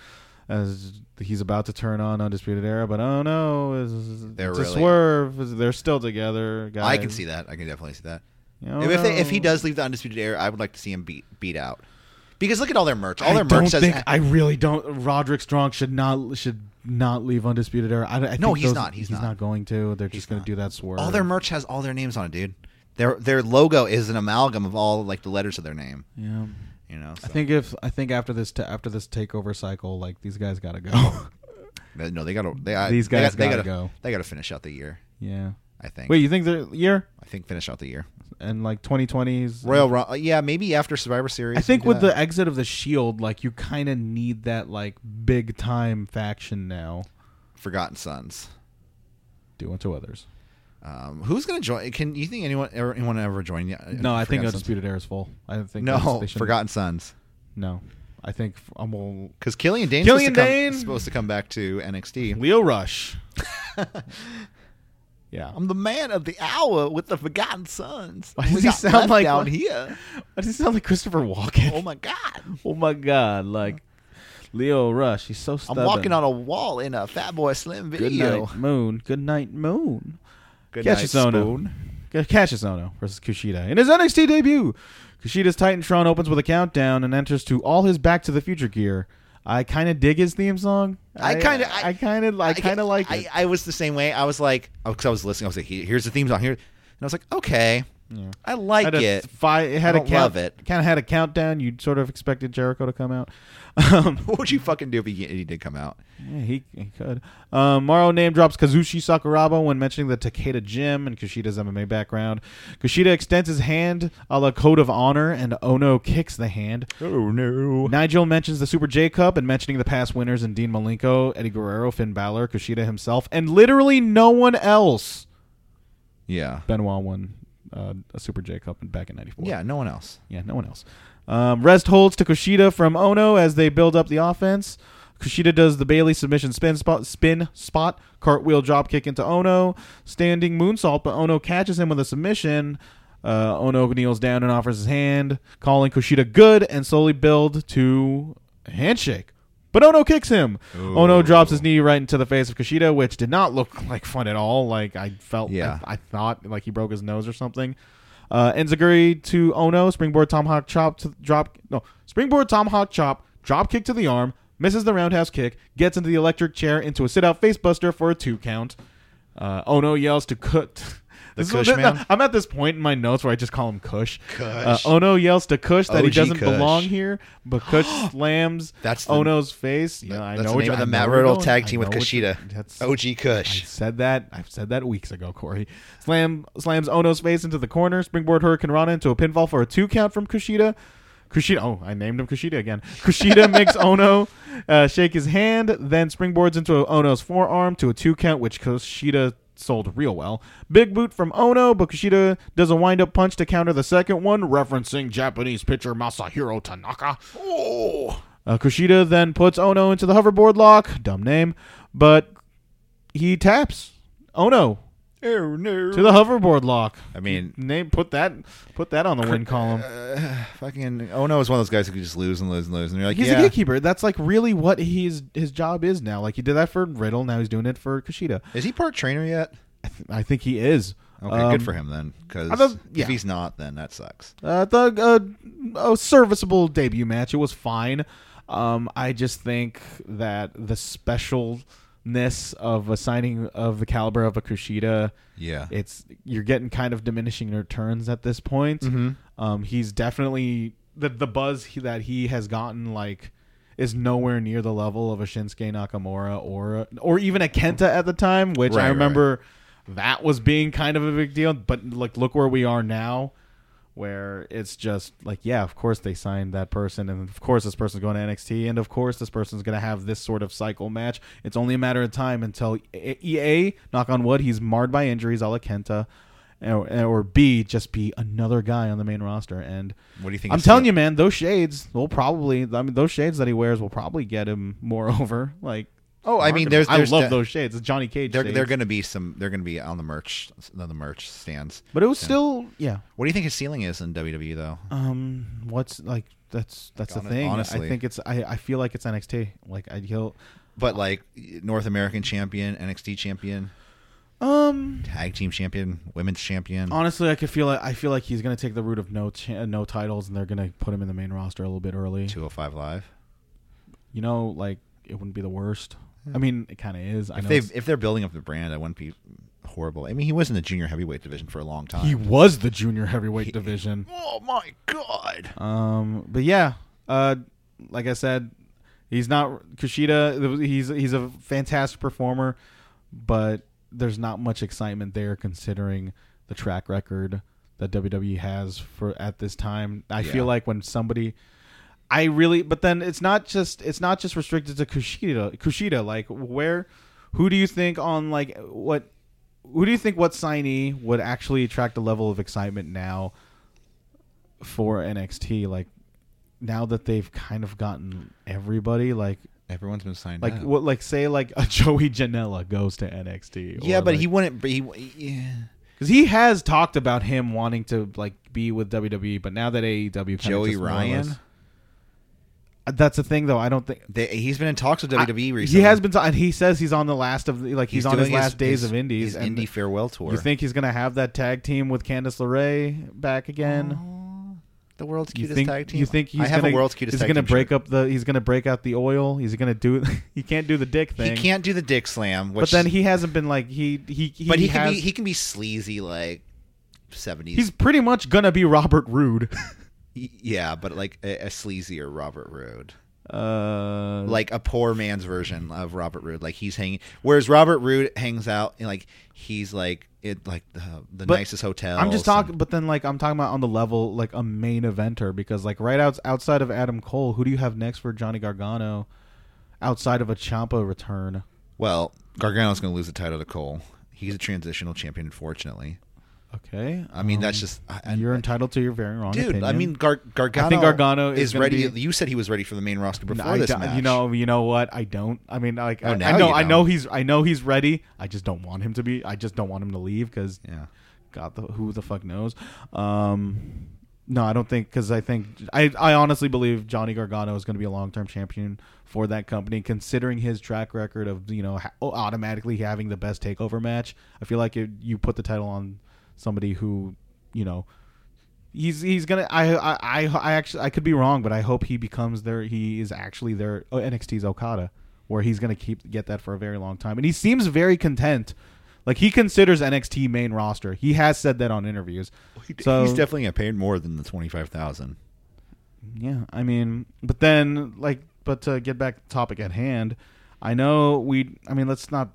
as he's about to turn on Undisputed Era, but oh no, is, is They're it's a really- swerve? Is- They're still together, guys. I can see that. I can definitely see that. Oh, if, if, they, if he no. does leave the undisputed era, I would like to see him beat beat out. Because look at all their merch. All I their don't merch says think I really don't. Roderick Strong should not should not leave undisputed era. I, I No, think he's those- not. He's not. not. going to. They're just going to do that swerve. all their merch has all their names on it, dude. Their their logo is an amalgam of all like the letters of their name. yeah. You know, so- I think if I think after this ta- after this takeover cycle, like these guys got to go. *laughs* They- no, they gotta they I- These they guys got- they gotta gotta go. They gotta finish out the year. yeah. I think. Wait, you think the year I think finish out the year. and like 2020s Royal Rumble. Yeah, maybe after Survivor Series. I we think do with that. the exit of the Shield, like you kind of need that like big time faction now. Forgotten Sons. Do unto others. Um, who's gonna join? Can you think anyone ever, anyone ever join? Yeah, No, I think Forgotten Sons? undisputed era is full. I don't think No, they shouldn't- Forgotten Sons. No, I think um, well, Because Killian Dane's Killian supposed, to come, Dane! supposed to come back to NXT. Leo Rush. yeah. *laughs* I'm the man of the hour with the Forgotten Sons. Why does We he got sound left like- down here? Why does he sound like Christopher Walken? Oh my God! Oh my God! Like Leo Rush. He's so I'm stubborn. walking on a wall in a Fat Boy Slim Good video. night, Moon. Good night, Moon. Good Cassius Ono. Ca- Cassius Ono versus Kushida in his NXT debut. Kushida's Titantron opens with a countdown and enters to all his Back to the Future gear. I kind of dig his theme song. I kinda- I- I kind of, I kind of like it. I, I was the same way. I was like, oh, because I was listening. I was like, "Here- here's the theme song here, and I was like, okay, Yeah. I like had a it. *laughs* Fi- it had I a don't count- love it. Kind of had a countdown. You sort of expected Jericho to come out. *laughs* Um, what would you fucking do if he, he did come out? yeah, he, he could. Um, Morrow name drops Kazushi Sakuraba when mentioning the Takeda Gym and Kushida's MMA background. Kushida extends his hand a la Code of Honor, and Ono kicks the hand. Oh no! Nigel mentions the Super J Cup and mentioning the past winners in Dean Malenko, Eddie Guerrero, Finn Balor, Kushida himself, and literally no one else. Yeah, Benoit won uh, a Super J Cup back in '94. yeah. No one else. Yeah, no one else. Um, rest holds to Kushida from Ono as they build up the offense. Kushida does the Bailey submission spin spot, spin spot, cartwheel drop kick into Ono, standing moonsault, but Ono catches him with a submission. Uh, ono kneels down and offers his hand, calling Kushida good, and slowly build to a handshake. But Ono kicks him. Ono drops his knee right into the face of Kushida, which did not look like fun at all. Like I felt, Yeah. I, I thought like he broke his nose or something. Uh, Enziguri to Ono, springboard tomahawk chop to drop. No, springboard tomahawk chop, drop kick to the arm, misses the roundhouse kick, gets into the electric chair into a sit out facebuster for a two count. Uh, ono yells to *laughs* Kut. The This is- Kush th- man? I'm at this point in my notes where I just call him Kush. Kush. Uh, ono yells to Kush that he OG doesn't Kush. belong here, *gasps* but Kush slams That's the- Ono's face. Yeah, I That's know the what name you- of I the know Matt where you're Riddle going. tag I team with know what you- Kushida. That's OG Kush. said that. I've said that weeks ago, Corey. Slam slams Ono's face into the corner. Springboard Hurricane Rana into a pinfall for a two count from Kushida. Kushida. Oh, I named him Kushida again. Kushida makes Ono uh, shake his hand, then springboards into Ono's forearm to a two count, which Kushida sold real well. Big boot from Ono, but Kushida does a wind up punch to counter the second one, referencing Japanese pitcher Masahiro Tanaka. Uh, Kushida then puts Ono into the hoverboard lock, dumb name, but he taps Ono Oh no! to the hoverboard lock. I mean, uh, Name put that put that on the win column. fucking oh no is one of those guys who can just lose and lose and lose, and you're like, He's yeah, a gatekeeper. That's like really what he's his job is now. Like he did that for Riddle, now he's doing it for Kushida. is he part trainer yet? I, th- I think he is. Okay, Um, good for him then, because I don't- yeah. if he's not, then that sucks. Uh, the uh, a serviceable debut match. It was fine. Um, I just think that the specialness of a signing of the caliber of a Kushida, Yeah. it's you're getting kind of diminishing returns at this point. Mm-hmm. Um, he's definitely the the buzz he, that he has gotten like is nowhere near the level of a Shinsuke Nakamura or a, or even a Kenta at the time, which Right, I right, remember that was being kind of a big deal. But like, look where we are now, where it's just like, yeah, of course they signed that person, and of course this person's going to NXT, and of course this person's going to have this sort of cycle match. It's only a matter of time until E- EA, knock on wood, he's marred by injuries, a la Kenta. Or, or B, just be another guy on the main roster, and What do you think I'm is telling the- you, man, those shades will probably. I mean, those shades that he wears will probably get him more *laughs* over. Like, Oh, I mean, there's- marketable. there's I love de- those shades. It's Johnny Cage. They're, shades. they're gonna be some. They're gonna be on the merch, on the merch stands. but it was Yeah. still, yeah. What do you think his ceiling is in WWE though? Um, what's like that's that's the Hon- thing. honestly. I think it's. I I feel like it's NXT. Like I he'll. But like North American champion, NXT champion, Um, tag team champion, women's champion. honestly, I could feel. Like, I feel like he's gonna take the route of no cha- no titles, and they're gonna put him in the main roster a little bit early. 205 Live. You know, like it wouldn't be the worst. I mean, it kind of is. I If know they it's- if they're building up the brand, I wouldn't be horrible. I mean, he was in the junior heavyweight division for a long time. he was the junior heavyweight division. oh my god! Um, but yeah, uh, like I said, he's not Kushida. He's he's a fantastic performer, but there's not much excitement there considering the track record that WWE has for at this time. I Yeah. feel like when somebody I really, but then it's not just it's not just restricted to Kushida. Kushida, like where, who do you think on like what, who do you think what signee would actually attract a level of excitement now for NXT? Like now that they've kind of gotten everybody, like Everyone's been signed like up. what like say like a *laughs* Joey Janela goes to NXT. yeah, but he wouldn't. But he, yeah. because he has talked about him wanting to like be with WWE, but now that E AEW kinda Joey just more or Ryan? less- Uh, That's the thing, though. I don't think They, he's been in talks with WWE I- E recently. He has been, ta- and he says he's on the last of the, like he's, on his doing last days his- of indies. His and indie farewell tour. you think he's gonna have that tag team with Candice LeRae back Oh. again? the world's you cutest think tag team? you think he's I have gonna, a world's cutest. He's tag gonna team break shirt. up the. He's gonna break out the oil. He's gonna do. *laughs* he can't do the dick thing. He can't do the dick slam, which But then he hasn't been like he he. he but he has, can be he can be sleazy like seventies. he's pretty much gonna be Robert Roode. *laughs* yeah, but like a, a sleazier Robert Roode. uh, like a poor man's version of Robert Roode. Like he's hanging, whereas Robert Roode hangs out in like he's like it like the, the But nicest hotel. I'm just talking, but then like I'm talking about on the level like a main eventer because like right out outside of Adam Cole, who do you have next for Johnny Gargano? Outside of a Champa return, Well, Gargano's going to lose the title to Cole. He's a transitional champion, unfortunately. okay. I mean, um, that's just I, I- you're entitled to your very wrong dude. I opinion. mean, Gar- Gargano. Gargano is gonna ready. be- You said he was ready for the main roster before I this don't- match. *laughs* you know, you know what? I don't. I mean, like Oh, I, now I know, you I don't. know he's, I know he's ready. I just don't want him to be. I just don't want him to leave because Yeah. God, the, who the fuck knows? Um, no, I don't think because I think I, I honestly believe Johnny Gargano is going to be a long term champion for that company, considering his track record of you know ha- oh, automatically having the best takeover match. I feel like it, you put the title on somebody who you know he's he's gonna. I, I I I actually I could be wrong, but I hope he becomes their. He is actually their oh, NXT's Okada, where he's gonna keep get that for a very long time, and he seems very content. Like he considers NXT main roster. He has said that on interviews. So he's definitely getting paid more than the twenty five thousand. yeah, I mean, but then like, but to get back to the topic at hand, I know we. I mean, let's not.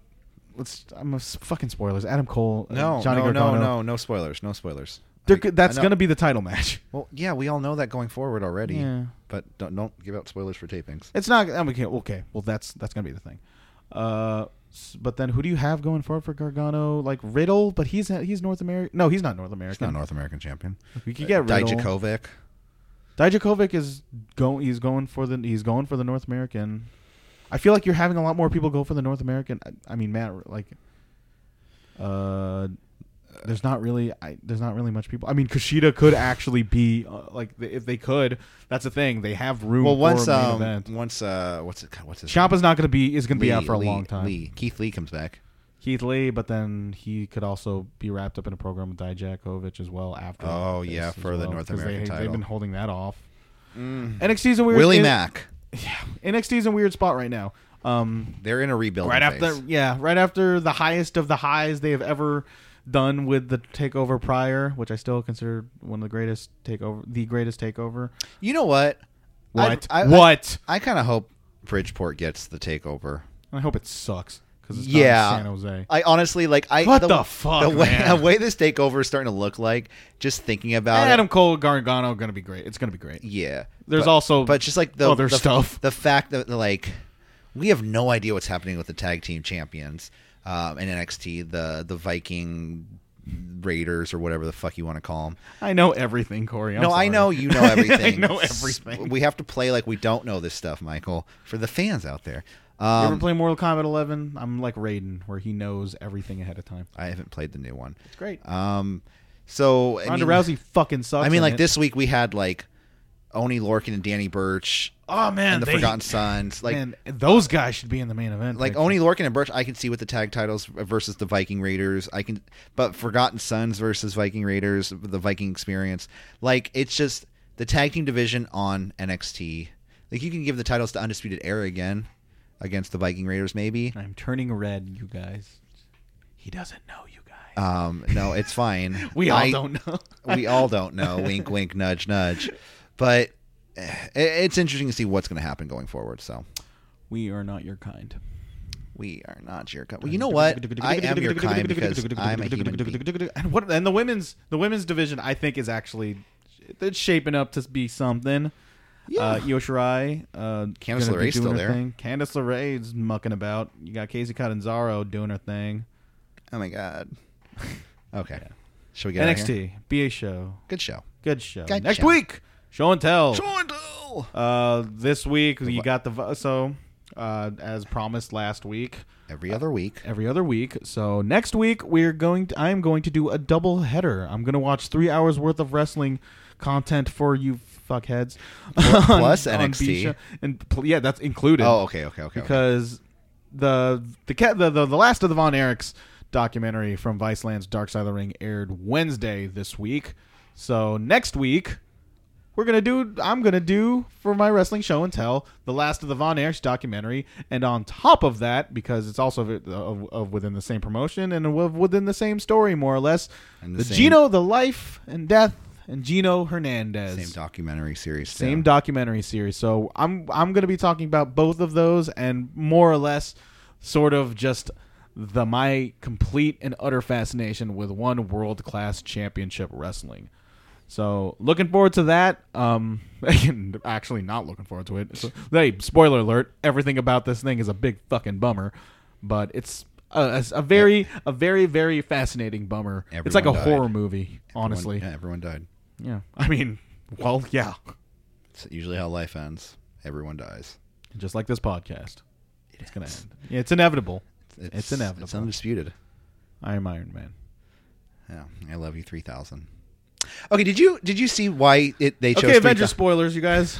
Let's. I'm a s- fucking spoilers. Adam Cole, uh, No, Johnny no, Gargano. no, no, no spoilers, no spoilers. They're I- g- that's I know- gonna be the title match. *laughs* Well, yeah, we all know that going forward already. Yeah. But don't don't give out spoilers for tapings. It's not. I mean, okay, okay. Well, that's that's gonna be the thing. Uh, s- but then who do you have going forward for Gargano? Like Riddle, but he's he's North American. No, he's not North He's American. not a North American champion. We could get Riddle. Dijakovic. Dijakovic is going. He's going for the. He's going for the North American. I feel like you're having a lot more people go for the North American. I, I mean, Matt, like Uh, there's not really I, there's not really much people. I mean, Kushida could actually be uh, like th- if they could. That's the thing. They have room. Well, for once a main um, event. once uh, what's it? What's his? Ciampa's not going to be is going to Lee- be out for a Lee- long time. Lee Keith Lee comes back. Keith Lee, but then he could also be wrapped up in a program with Dijakovic as well after. Oh, this yeah, as for the North 'cause American they, title. Mm. They've been holding that off. NXT's a weird Willie it- *laughs* Mack. NXT's in a weird spot right now. Um, They're in a rebuild. right phase. after yeah, right after the highest of the highs they have ever done with the takeover prior, which I still consider one of the greatest takeover, the greatest takeover. You know what? What? I, I, what? I, kind of hope Bridgeport gets the takeover. I, hope it sucks because it's yeah, not in San Jose. I honestly like. I What *laughs* the fuck, The way, man? the way this takeover is starting to look like. Just thinking about Adam it. Cole Gargano gonna be great. It's gonna be great. Yeah. There's but, also but just like the other the- stuff. The fact that like we have no idea what's happening with the tag team champions um, in NXT, the the Viking Raiders or whatever the fuck you want to call them. I know everything, Corey. I'm no, I sorry. know you know everything. *laughs* I know everything. We have to play like we don't know this stuff, Michael, for the fans out there. You Um, ever play Mortal Kombat 11? I'm like Raiden, where he knows everything ahead of time. I haven't played the new one. It's great. Um, so I Ronda mean, Rousey fucking sucks. I mean, in like it. this week we had like Oni Lorkin and Danny Birch Oh man, and the they- Forgotten Sons. Like, man, those guys should be in the main event. like picture. Oni Lorkin and Birch, I can see with the tag titles versus the Viking Raiders. I can, but Forgotten Sons versus Viking Raiders, the Viking Experience. Like, it's just the tag team division on NXT. Like, you can give the titles to Undisputed Era again against the Viking Raiders, maybe. I'm turning red, you guys. He doesn't know, you guys. Um, no, it's fine. *laughs* we all I- don't know. *laughs* we all don't know. wink, wink, nudge, nudge. But eh, it's interesting to see what's going to happen going forward. So we are not your kind. we are not your kind. Well, you know what? I am *laughs* your kind because I'm a human being. And what? And the women's the women's division, I think, is actually it's shaping up to be something. Yeah. Uh, Io Shirai, uh, Candice LeRae's gonna be doing still her there. Thing. Candice LeRae's mucking about. You got Casey Catanzaro doing her thing. Oh my god. Okay. Shall we get out of here? NXT, be a show. Good show. Good show. Good Next show. week, show and tell. Toronto. Uh, this week you what? got the vo- so uh, as promised last week, Every other week. every other week. So next week we're going. To, I am going to do a double header. I'm going to watch three hours worth of wrestling content for you fuckheads. on- plus *laughs* on NXT. B-Show. and pl- yeah, that's included Oh, okay, okay, okay. okay. because the the, ca- the the the last of the Von Erichs documentary from Vice Land's Dark Side of the Ring aired Wednesday this week. So next week we're gonna do I'm gonna do for my wrestling show and tell the last of the Von Erichs documentary, and on top of that, because it's also of, of, of within the same promotion and of, within the same story more or less, And the the, same- Gino, the life and death, and Gino Hernandez Same documentary series. still. same documentary series. So I'm I'm going to be talking about both of those and more or less sort of just the my complete and utter fascination with one world class championship wrestling. So looking forward to that. Um, *laughs* and actually not looking forward to it. So, hey, spoiler alert! Everything about this thing is a big fucking bummer, but it's a, a, a very, a very, very fascinating bummer. it's like a Everyone died. horror movie, Everyone- honestly. yeah, everyone died. yeah, I mean, well, yeah, It's usually how life ends. Everyone dies. just like this podcast. it's gonna end. Yeah, it's inevitable. It's, inevitable. It's undisputed. I am Iron Man. Yeah, I love you three thousand. Okay, did you did you see why it they chose Okay, Avengers 3,000? spoilers, *laughs* you guys.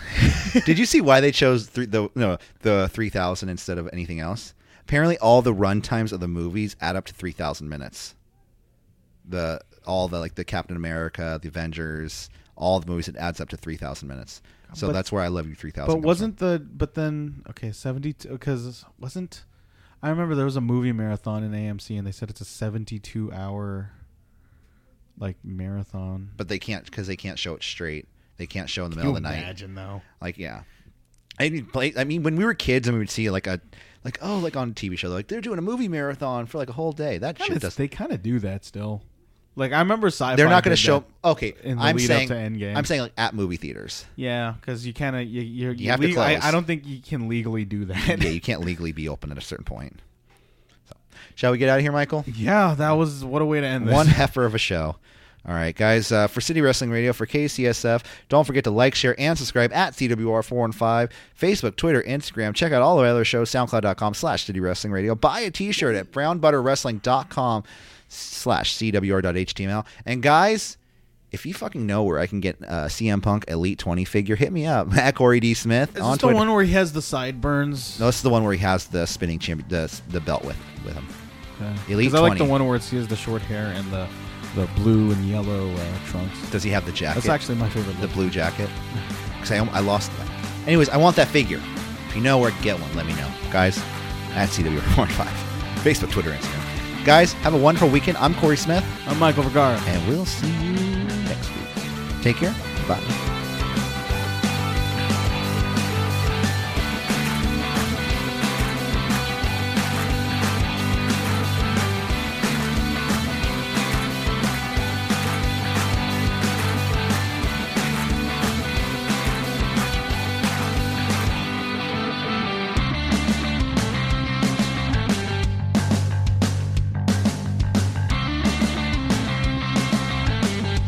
Did you see why they chose three, the no the three thousand instead of anything else? Apparently, all the run times of the movies add up to three thousand minutes. The all the like the Captain America, the Avengers, all the movies it adds up to three thousand minutes. So But- that's where I love you three thousand. *laughs* but wasn't the but then okay seventy two because wasn't I remember there was a movie marathon in AMC and they said it's a seventy two hour like marathon. but they can't because they can't show it straight. They can't show in the middle of the night. though. Like yeah. I mean, play, I mean, when we were kids and we would see like a, like oh, like on TV show, like they're doing a movie marathon for like a whole day. That shit Kinda, does they kind of do that still. Like I remember sci-fi. they're not going did to show. that. Okay, in the I'm lead saying up to Endgame. I'm saying like at movie *laughs* theaters. Yeah, because you kind of you you're, you have to legal- I, close. I don't think you can legally do that. yeah, you can't legally be open at a certain point. So, shall we get out of here, Michael? *laughs* yeah, that was what a way to end this. *laughs* One heifer of a show. All right, guys. Uh, for City Wrestling Radio, for KCSF, don't forget to like, share, and subscribe at CWR415, Facebook, Twitter, Instagram. Check out all of our other shows, soundcloud.com slash City Wrestling Radio. Buy a t-shirt at brownbutterwrestling.com slash cwr.html. And guys, if you fucking know where I can get uh, CM Punk Elite 20 figure, hit me up *laughs* at Corey D. Smith Is on this Twitter. the one where he has the sideburns? no, this is the one where he has the spinning champ, the, the belt with, with him. Okay. Elite 'Cause I like the 20. one where it's, he has the short hair and the the blue and yellow uh, trunks. Does he have the jacket? That's actually my favorite. the look. blue jacket. Because I, I lost that. Anyways, I want that figure. If you know where to get one, let me know. Guys, at CW45. Facebook, Twitter, Instagram. Guys, have a wonderful weekend. I'm Corey Smith, I'm Michael Vergara. and we'll see you next week. Take care. Bye.